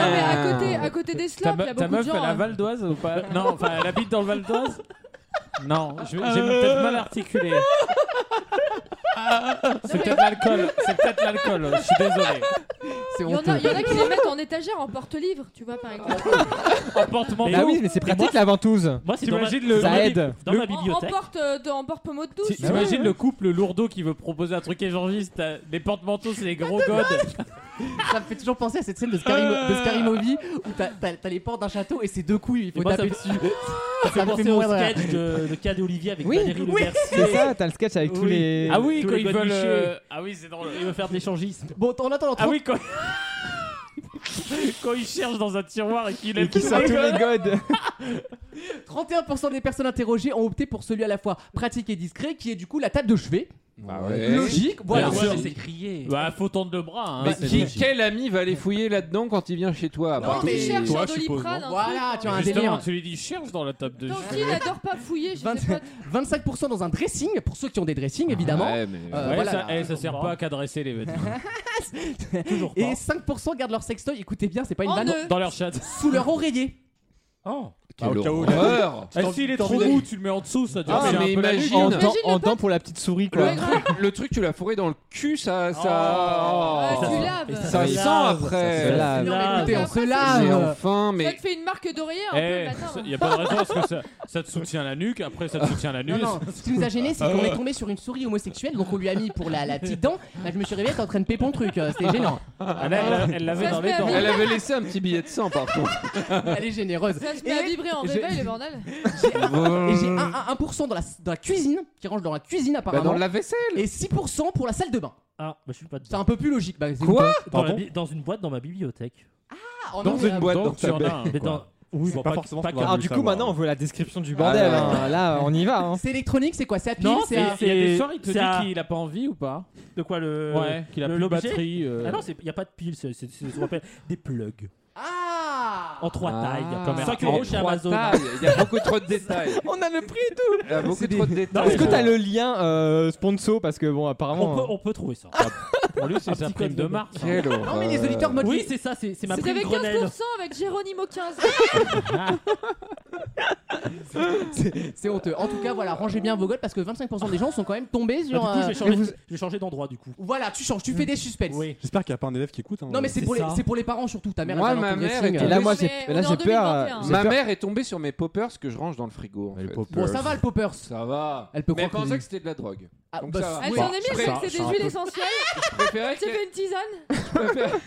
S7: Non, mais à côté, à côté des
S3: Ta,
S7: slopes, il y
S3: me- ta
S7: a beaucoup de
S3: meuf,
S7: gens.
S3: elle a
S7: hein.
S3: Val d'Oise ou pas Non, enfin, elle habite dans le Val d'Oise Non, je- j'ai peut-être mal articulé. C'est peut-être l'alcool, c'est peut-être l'alcool, je suis désolé.
S4: C'est
S7: Il y, en a, il y en a qui les mettent en étagère, en porte-livre, tu vois, par exemple.
S3: Emporte-manteau.
S5: Bah oui, mais c'est pratique la ventouse.
S8: Moi, c'est dans ma,
S3: T'imagines le,
S5: Ça
S3: dans ma-
S5: aide.
S8: dans ma
S7: En, en
S8: bibliothèque.
S7: porte, euh, de- en porte pommeau de douce.
S3: Ti- T'imagines le couple lourdeau qui veut proposer un truc échangiste, t'as des porte-manteaux, c'est les gros godes.
S2: Ça me fait toujours penser à cette scène de Scarimo- de Scary Movie où t'as- t'as t'as les portes d'un château et c'est deux couilles,
S8: Euh.
S2: il
S8: Et
S2: faut
S8: moi, ça
S2: taper
S8: me-
S2: dessus.
S8: Ça fait
S2: me fait
S8: penser au
S2: mourir de rire.
S8: sketch de, de Cad Olivier avec
S5: Oui,
S8: Valérie Le Mercier.
S5: C'est ça, t'as le sketch avec tous
S8: Oui.
S5: les.
S3: Ah oui,
S8: Tous
S3: quand
S8: les
S3: ils
S8: godes
S3: veulent.
S8: bichés.
S3: euh, Ah oui, c'est drôle.
S8: Il veut faire de l'échangisme.
S2: Bon, on attend
S3: Ah
S2: l'entrée.
S3: oui, quand. quand ils cherchent dans un tiroir et qu'il
S5: Et
S3: est
S5: qui sont tous les godes
S2: 31% des personnes interrogées ont opté pour celui à la fois pratique et discret, qui est du coup la table de chevet. Bah
S4: Ah
S2: Logique, voilà.
S3: Bien
S8: Moi,
S3: sûr.
S8: c'est grillé.
S3: Bah, faut tendre le bras. Hein,
S4: Mais
S3: c'est
S4: qui,
S3: logique.
S4: quel ami va aller fouiller là-dedans quand il vient chez toi à
S7: Non,
S4: part
S7: mais
S4: tous
S7: il cherche
S4: les-
S7: un
S6: Toi, suppose,
S7: doliprane.
S6: non
S7: un
S2: Voilà, tu as un
S3: Justement,
S2: délire.
S3: tu lui dis cherche dans la table de
S7: truc.
S3: jeu.
S7: Tanguy n'adore pas fouiller chez ses
S2: 20
S7: potes.
S2: 25% dans un dressing, pour ceux qui ont des dressings évidemment.
S4: Ouais, mais-
S2: Euh,
S3: Ouais,
S2: voilà,
S3: ça,
S2: là.
S3: eh, ça sert pas qu'à dresser les vêtements. Toujours
S4: eh,
S2: Et
S3: pas.
S2: 5% gardent leur sextoy, écoutez bien, c'est pas une
S7: En
S2: vanne,
S7: nœud.
S3: Dans leur chat.
S2: sous leur oreiller.
S3: Oh.
S6: Bah, au
S4: Quelle
S6: cas où,
S4: horreur
S3: Ah, s'il est trop mou, tu le mets en dessous, ça
S4: Ah,
S3: devient
S4: mais
S3: un peu la
S4: imagine.
S5: En
S4: Imagine
S5: temps,
S7: les
S5: en
S7: potes.
S5: temps pour la petite souris,
S4: le,
S5: quoi.
S7: Ouais,
S4: truc, le truc, tu l'as fourré dans le cul, ça.
S7: Ah,
S4: ça...
S7: tu
S8: Et
S7: laves.
S8: ça-
S4: Oh. ça
S8: se
S4: sent
S8: lave,
S4: après.
S5: se lave.
S2: Non, mais écoutez, on se
S7: Après,
S2: lave.
S4: Mais enfin,
S7: Ah, Ça
S4: mais.
S7: te fait une marque d'oreiller un peu Ah, le
S3: Eh,
S7: matin.
S3: il y a pas de raison parce que ça, ça te soutient la nuque, après ça te soutient la
S2: Non,
S3: nuque.
S2: non, ce qui nous a gêné,
S4: Ah
S2: c'est qu'on est tombé sur une souris homosexuelle, donc on lui a mis pour la, la petite dent. Là, je me suis réveillé, t'es en train de péper le truc, euh, c'était gênant.
S3: Ah, là, elle l'a- elle l'avait
S7: Ça
S3: dans
S7: se
S3: les
S7: met
S3: dents.
S7: avec-
S4: Elle avait laissé un petit billet de sang par contre. Bah,
S2: Elle est généreuse.
S7: Ça se
S2: Et-
S7: met à vibrer en
S2: je-
S7: réveil, le bordel.
S2: Et j'ai un- un- 1% dans la, dans la cuisine, qui range dans la cuisine
S4: Euh. Bah,
S2: apparemment,
S4: dans la vaisselle.
S2: et 6% pour la salle de bain.
S8: Ah, bah, je suis pas
S2: C'est
S8: dedans.
S2: un peu plus logique. Bah, c'est-
S4: Quoi
S8: Dans, la
S3: Pardon
S8: bi- dans une boîte dans ma bibliothèque.
S2: Ah, en
S4: Dans
S2: anglais,
S4: une boîte dans
S3: Donc tu
S4: ta
S3: en as
S4: bête.
S3: un.
S8: Mais
S3: Ah, quoi.
S8: dans... Oui, bon,
S6: pas
S8: pas,
S6: forcément
S8: pas
S6: ce qu'on
S8: que-
S6: va
S5: Alors, du coup,
S6: savoir.
S5: maintenant, on veut la description du bordel.
S4: Ah,
S5: hein. Là, on y va. hein.
S2: C'est électronique, c'est quoi C'est à pile
S8: Non,
S2: c'est
S8: c'est-
S2: à-
S3: Il y a des
S8: Et
S3: soirs, il te
S8: c'est
S3: dit
S8: à-
S3: qu'il a pas envie ou pas
S8: De quoi le.
S3: Ouais, qu'il a
S8: le-
S3: plus de
S8: l'objet
S3: batterie. euh,
S8: Ah non, il n'y a pas de pile, c'est c'est- c'est ce qu'on appelle des plugs.
S2: Ah
S8: En trois
S4: Ah.
S8: tailles. 5
S4: En
S8: euros chez
S4: trois
S8: Amazon.
S4: tailles. Il y a beaucoup trop de détails.
S5: On a le prix et
S4: Il y a beaucoup
S2: C'est des-
S4: trop de détails.
S5: Est-ce que t'as le lien euh, sponsor Parce que bon, apparemment.
S8: On peut, on peut trouver ça.
S3: Ah, Pour lui, c'est
S8: Un
S3: sa
S8: petit
S3: prime
S8: code
S3: de
S8: de-
S3: mars.
S4: Quelle
S2: Non, mais les
S4: horreur.
S2: auditeurs mode
S8: Euh, Oui, c'est ça, c'est c'est ma
S7: C'était
S8: prime
S7: avec
S8: Grenelle.
S7: 15% avec Géronimo 15.
S2: c'est honteux. En tout cas, voilà, rangez bien vos godes parce que 25% des gens sont quand même tombés
S8: Bah,
S2: sur.
S8: du coup, je
S2: euh,
S8: vais changer, je vais changer d'endroit du coup.
S2: Voilà, tu changes, tu fais des suspens.
S8: Oui.
S6: J'espère qu'il n'y a pas un élève qui écoute. hein.
S2: Non, mais c'est
S8: C'est
S2: pour, les,
S8: ça.
S2: c'est pour les parents surtout. Ta mère
S4: Moi,
S2: elle va dans
S4: ma
S2: ton
S4: mère
S2: dressing,
S4: était
S2: euh,
S5: Et là, moi, j'ai
S7: Mais on
S5: là,
S7: est en
S5: j'ai peur. euh,
S7: 2021.
S5: j'ai
S4: Ma
S5: peur.
S4: mère est tombée sur mes poppers que je range dans le frigo. en
S6: Les
S4: fait.
S6: poppers.
S2: Euh, Bon, ça va le poppers.
S4: Ça va.
S2: Elle peut
S4: Mais elle
S2: croire que-
S4: pensait que c'était de la drogue.
S2: Ah,
S4: Donc
S2: bah,
S4: ça va.
S7: Elle
S2: oui.
S7: s'en est mise,
S4: Après,
S7: c'est que c'est des huiles essentielles.
S4: Je préférais
S7: Elle s'est fait une tisane.
S4: que.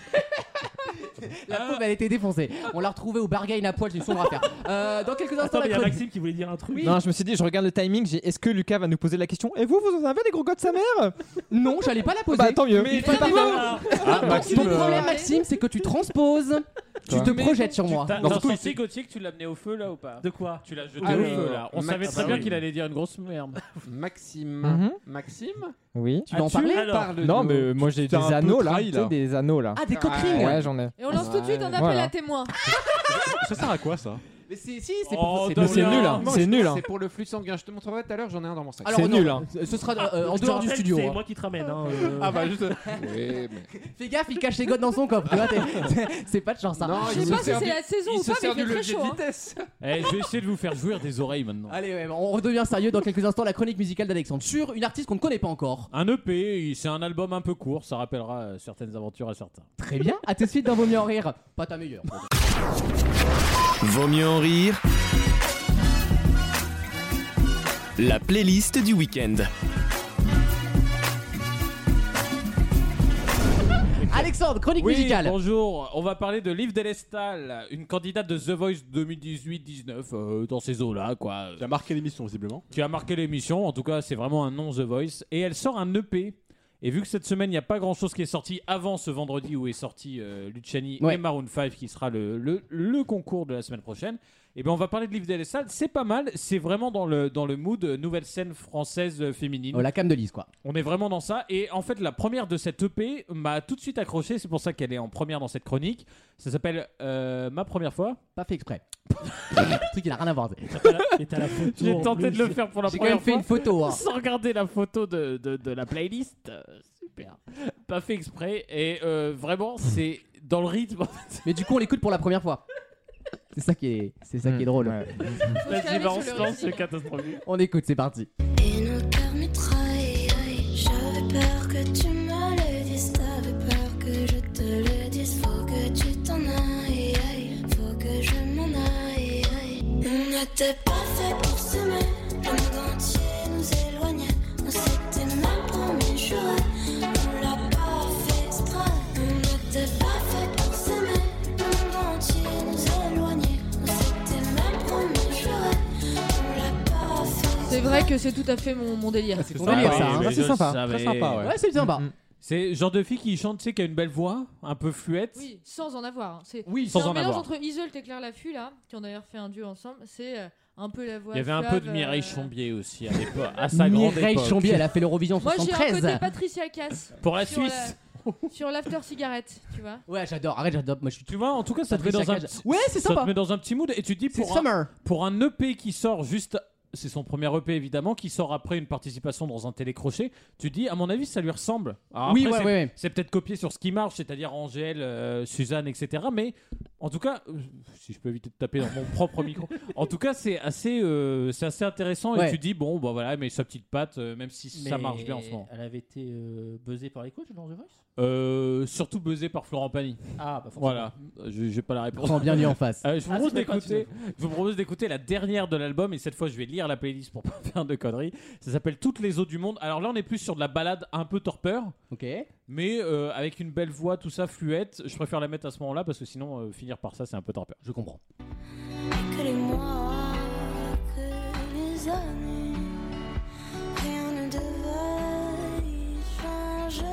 S2: La pauvre, elle était défoncée. On l'a retrouvée au bargain à poil, j'ai une sombre affaire. Euh, dans quelques instants,
S8: Attends, mais il y
S2: la
S8: a
S2: chronique.
S8: Maxime qui voulait dire un truc.
S5: Non, je me suis dit, je regarde le timing. j'ai- Est-ce que Lucas va nous poser la question Et vous, vous en avez des gros gars de sa mère
S2: Non, j'allais
S4: Ah,
S2: pas la poser.
S5: Bah, tant mieux.
S2: Il
S7: Mais
S2: faut pas
S7: non,
S2: faire-
S3: Ah, Maxime,
S2: Ton
S3: euh,
S2: problème, Maxime, c'est que tu transposes. Tu
S4: Quoi
S2: te projettes sur moi.
S3: t'as-
S6: Non,
S3: t'as
S6: surtout,
S3: senti Gauthier que tu l'amenais au feu là ou pas
S8: De quoi
S3: Tu l'as jeté
S4: Ah
S3: au
S4: oui.
S3: feu là. On
S4: Maxime.
S3: savait
S4: Ah
S3: très
S4: bah
S3: bien
S4: oui.
S3: qu'il allait dire une grosse merde.
S4: Maxime.
S5: Mhm.
S4: Maxime
S5: Oui.
S2: Tu veux en
S8: As-tu-
S2: parler
S8: alors,
S4: Parle-nous.
S5: Non, mais moi, j'ai des
S6: T'as un peu
S5: anneaux là.
S6: trahi,
S5: Tu
S6: là.
S5: sais, Des anneaux là.
S2: Ah, des
S4: Ah,
S2: coquerings.
S5: Ouais, j'en ai.
S7: Et on lance tout de suite un appel
S5: Voilà.
S7: à témoins.
S6: Ça sert à quoi ça
S2: Mais c'est- si, c'est
S3: Oh,
S2: pour.
S3: donne-
S2: pour-
S5: C'est nul, hein.
S3: Moi,
S5: C'est nul, hein.
S4: C'est pour le flux sanguin. Je te montrerai tout à l'heure, j'en ai un dans mon sac.
S2: Alors,
S5: C'est
S2: non,
S5: nul, hein.
S2: Ce sera euh,
S3: Ah,
S2: en
S8: Je te
S2: dehors du
S8: rappelle,
S2: studio.
S8: C'est
S2: hein.
S8: moi qui te ramène. hein, euh.
S4: Ah,
S6: bah juste.
S4: Oui, mais-
S2: Fais gaffe, il cache ses godes dans son coffre. tu vois, t'es- C'est pas de chance. hein.
S4: Non, il
S7: Je sais
S4: se
S7: pas si
S4: sert
S7: c'est
S4: du-
S7: la saison
S4: il
S7: ou
S4: se
S7: pas, mais
S4: sert
S7: il fait
S4: du
S7: très
S4: levier
S7: chaud.
S4: de
S7: hein.
S4: vitesse.
S3: Eh, je vais essayer de vous faire jouir des oreilles maintenant.
S2: Allez, ouais, on redevient sérieux dans quelques instants. La chronique musicale d'Alexandre sur une artiste qu'on ne connaît pas encore.
S3: Un EP, il- c'est un album un peu court, ça rappellera euh, certaines aventures à certains.
S2: Très bien. À tout de suite dans Vaut mieux en rire. Pas ta meilleure.
S1: Vaut mieux en rire. La playlist du week-end.
S2: Alexandre, chronique
S3: Oui,
S2: musicale.
S3: bonjour, on va parler de Liv Delestal, une candidate de The Voice 2018-19, euh, dans ces eaux-là, quoi.
S6: Il a marqué l'émission visiblement.
S3: qui a marqué l'émission. En tout cas, c'est vraiment un nom The Voice. Et elle sort un EP. Et vu que cette semaine, il n'y a pas grand-chose qui est sorti avant ce vendredi où est sorti euh, Luciani
S2: Ouais.
S3: et Maroon 5, qui sera le, le- le concours de la semaine prochaine, Et ben on va parler de Liv Delessade. C'est pas mal. C'est vraiment dans le dans le mood euh, nouvelle scène française euh, féminine.
S2: Oh, la cam de Lise, quoi.
S3: On est vraiment dans ça. Et en fait, la première de cette EP m'a tout de suite accroché. C'est pour ça qu'elle est en première dans cette chronique. Ça s'appelle euh, Ma première fois.
S2: Pas fait exprès. truc, il a rien à voir. J'ai
S8: Et t'as la photo.
S3: J'ai
S8: en
S3: tenté de
S8: plus.
S3: le faire pour la
S2: quand même
S3: première
S2: fait
S3: fois.
S2: une photo. hein.
S3: Sans regarder la photo de, de, de la playlist. Euh, Super. Pas fait exprès. Et euh, vraiment, c'est dans le rythme.
S2: Mais du coup, on l'écoute pour la première fois. C'est ça qui est, c'est ça qui est drôle.
S7: hein. Faut se calmer sur le rythme.
S3: catastrophique.
S2: On écoute, c'est parti.
S10: Et nos cœurs mitraillés, j'avais peur que tu me le dises, t'avais peur que je te le dise, faut que tu t'en ailles, aïe, faut que je m'en aille. aïe. On n'était pas fait pour s'aimer, le monde entier nous éloignait, on s'était mal promis, j'aurais, on l'a pas fait exprès. On n'était pas fait pour s'aimer, le monde entier nous éloignait, on s'était mal promis, j'aurais, on l'a pas fait exprès.
S7: C'est vrai que c'est tout à fait mon, mon
S3: Ah,
S7: délire.
S2: C'est ton délire, ça. hein.
S5: mais- c'est sympa, très sympa,
S2: Ouais, c'est bah. sympa.
S3: C'est le genre de fille qui chante, tu sais, qui a une belle voix, un peu fluette.
S7: Oui, sans en avoir. hein. C'est
S3: Oui,
S7: c'est
S3: sans
S7: un
S3: en
S7: mélange
S3: avoir.
S7: entre Isolt et Claire Laffu, là, qui ont d'ailleurs fait un duo ensemble. C'est euh, un peu la voix.
S3: Il y avait un peu
S7: suave,
S3: de Mireille
S7: euh,
S3: Chombier aussi à l'époque, à sa grande
S2: Mireille
S3: époque.
S2: Chambier, elle a fait l'Eurovision en
S7: Moi, j'ai un
S2: 73.
S7: côté Patricia Cass
S3: Pour la
S7: Sur la-
S3: Suisse.
S7: sur l'after cigarette, tu vois.
S2: Ouais, j'adore. Arrête, j'adore. Moi, je suis
S3: Tu vois, en tout cas, ça te met
S2: Patricia
S3: dans un
S2: Cage.
S3: petit-
S2: Ouais, c'est
S3: ça te
S2: sympa.
S3: met dans un petit mood et tu te dis
S2: C'est
S3: pour un,
S2: Summer.
S3: pour un EP qui sort juste c'est son premier EP évidemment qui sort après une participation dans un télécrochet, tu te dis à mon avis ça lui ressemble. Alors
S2: Oui, ouais,
S3: après, c'est-
S2: ouais, ouais.
S3: C'est peut-être copié sur ce qui marche, c'est-à-dire Angèle, euh, Suzanne, etc. Mais en tout cas, euh, si je peux éviter de taper dans mon propre micro, en tout cas, c'est assez, euh, c'est assez intéressant.
S2: Ouais.
S3: Et tu dis, bon, bah voilà, mais sa petite patte, euh, même si ça
S8: Mais
S3: marche bien en ce moment.
S8: Elle avait été euh, buzzée par les coachs dans The Voice
S3: Euh, surtout buzzé par Florent Pagny.
S8: Ah, bah forcément.
S3: Voilà, je j'ai pas la réponse.
S2: Prends bien lui en face.
S3: Euh, je, vous
S8: Ah,
S3: propose
S8: c'est d'accord,
S3: d'écouter, je vous propose d'écouter la dernière de l'album et cette fois je vais lire la playlist pour pas faire de conneries. Ça s'appelle Toutes les eaux du monde. Alors là on est plus sur de la balade un peu torpeur,
S2: Ok.
S3: mais euh, avec une belle voix, tout ça fluette. Je préfère la mettre à ce moment-là parce que sinon euh, finir par ça c'est un peu torpeur.
S2: Je comprends.
S10: que les mois, que les années, rien ne devait y changer.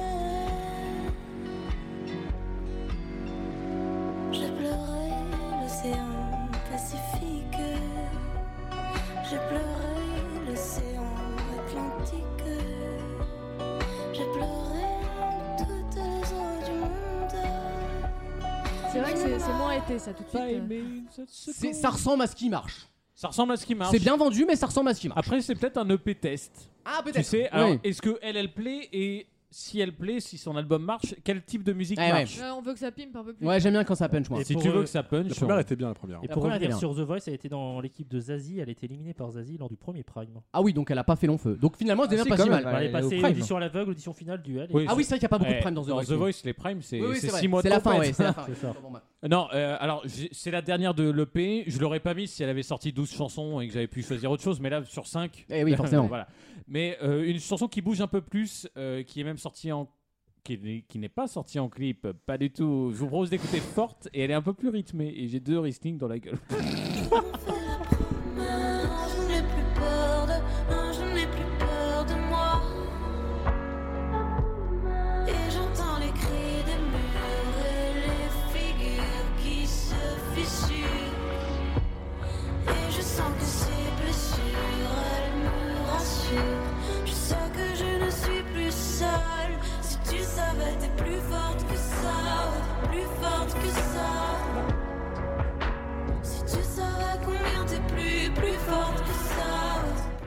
S10: J'ai pleuré l'océan Pacifique, j'ai pleuré l'océan Atlantique, j'ai pleuré toutes les eaux du monde.
S7: C'est vrai que c'est c'est moins été, ça, tout de suite. euh.
S2: C'est- Ça ressemble à ce qui marche.
S3: Ça ressemble à ce qui marche.
S2: C'est bien vendu, mais ça ressemble à ce qui marche.
S3: Après c'est peut-être un EP test.
S2: Ah,
S3: Tu
S2: peut-être.
S3: sais, alors
S2: Oui.
S3: est-ce que elle elle plaît et si elle plaît, si son album marche, quel type de musique
S2: Ah ouais.
S3: marche
S7: Ouais, Euh, on veut que ça pimpe un peu plus.
S2: Ouais, j'aime bien quand ça punch, moi.
S8: Et
S3: Si
S8: pour,
S3: tu veux
S8: euh,
S3: que ça
S6: La
S3: punch,
S6: première
S3: on-
S6: était bien, la première.
S8: Et
S2: La
S8: pour
S2: première
S8: revenir
S2: était
S8: sur The Voice, elle était dans l'équipe de Zazie, elle a été éliminée par Zazie lors du premier Prime.
S2: Ah oui, donc elle a pas fait long feu. Donc finalement, c'est
S5: Ah,
S2: bien
S5: si,
S2: pas
S5: quand
S2: si
S5: même,
S2: mal.
S5: ouais.
S8: elle est
S5: elle est au
S8: passée
S5: prime.
S8: audition à l'aveugle, audition finale, duel. et-
S3: Oui,
S2: Ah oui, c'est vrai qu'il n'y a pas beaucoup
S3: Eh,
S2: de primes dans The Voice.
S3: les primes, c'est
S2: Oui, oui,
S3: c'est
S2: vrai.
S3: six mois de
S2: C'est la fin,
S3: tempête.
S2: ouais, c'est la fin.
S8: C'est ça.
S3: Non, euh, alors j'ai- c'est la dernière de l'EP. Je l'aurais pas mise si elle avait sorti 12 chansons et que j'avais pu choisir autre chose, mais là sur 5.
S2: Eh oui, forcément.
S3: voilà. Mais euh, une chanson qui bouge un peu plus, euh, qui est même sortie en. qui n'est- qui n'est pas sortie en clip, pas du tout. Je vous propose d'écouter Forte et elle est un peu plus rythmée. Et j'ai deux wristings dans la gueule.
S10: Non, Ah, je n'ai plus peur de, non, je n'ai plus peur de moi. Et j'entends les cris des murs et les figures qui se fissurent. Et je sens que ces blessures, elles me rassurent. Je sais que je ne suis plus seule. Si tu savais, t'es plus forte que ça, plus forte que ça. Si tu savais combien t'es plus, plus forte que ça.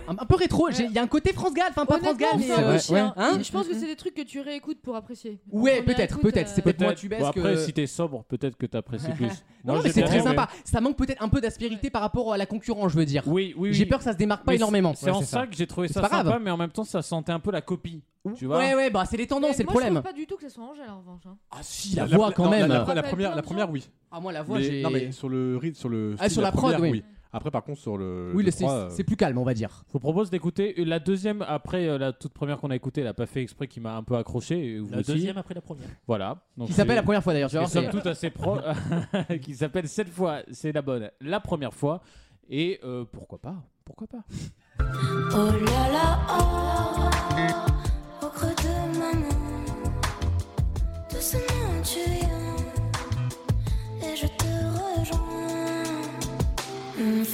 S2: Un, un peu rétro, j'ai- il y a un côté France Gall, enfin pas France
S7: Honnêtement,
S2: Gall, mais.
S7: c'est
S2: euh,
S7: un peu
S2: Ouais,
S7: chien.
S2: Hein
S7: Je pense que c'est des trucs que tu réécoutes pour apprécier.
S2: Ouais,
S7: Première
S2: peut-être,
S7: écoute,
S2: peut-être.
S7: euh,
S2: C'est peut-être moins
S3: Peut-être.
S2: tubesque.
S3: Bon, après,
S2: euh,
S3: si t'es sobre, peut-être que t'apprécies plus.
S2: Non,
S3: Moi,
S2: mais
S3: j'ai
S2: c'est
S3: bien
S2: très
S3: aimé.
S2: sympa. Ça manque peut-être un peu d'aspérité par rapport à la concurrence, je veux dire.
S3: Oui, oui. oui.
S2: J'ai peur que ça se démarque pas
S3: Mais
S2: énormément.
S3: C'est en ça, que j'ai trouvé
S2: C'est
S3: ça
S2: pas
S3: sympa,
S2: grave.
S3: mais en même temps, ça sentait un peu la copie. Tu vois
S2: Ouais, ouais, bah c'est les
S7: mais
S2: tendances, c'est le
S7: moi,
S2: problème.
S7: Je trouve pas du tout que ce soit Angèle en revanche. hein.
S2: Ah si, la, voix quand
S6: non,
S2: même.
S6: La,
S7: Ah,
S6: la
S7: bah,
S6: première,
S7: plein
S6: la
S7: de
S6: première,
S7: gens.
S6: oui.
S2: Ah, moi, la voix,
S6: Mais-
S2: j'ai.
S6: non, mais sur le rythme, sur le.
S2: Ah,
S6: style,
S2: sur la prod,
S6: première,
S2: oui.
S6: Après, par contre, sur le.
S2: Oui,
S6: le
S2: le- c'est
S6: trois, euh,
S2: c'est plus calme, on va dire.
S3: Je vous propose d'écouter la deuxième après euh, la toute première qu'on a écoutée, elle a pas fait exprès qui m'a un peu accroché. et vous
S8: La
S3: aussi.
S8: deuxième après la première.
S3: Voilà. Donc
S2: Qui
S3: c'est-
S2: s'appelle la première fois d'ailleurs, tu
S3: qui
S2: vois.
S3: est somme toute assez pro. qui s'appelle cette fois, c'est la bonne, la première fois. Et euh, pourquoi pas Pourquoi pas
S10: Oh là là, oh, au creux de ma main, doucement tu viens et je te rejoins. Mm,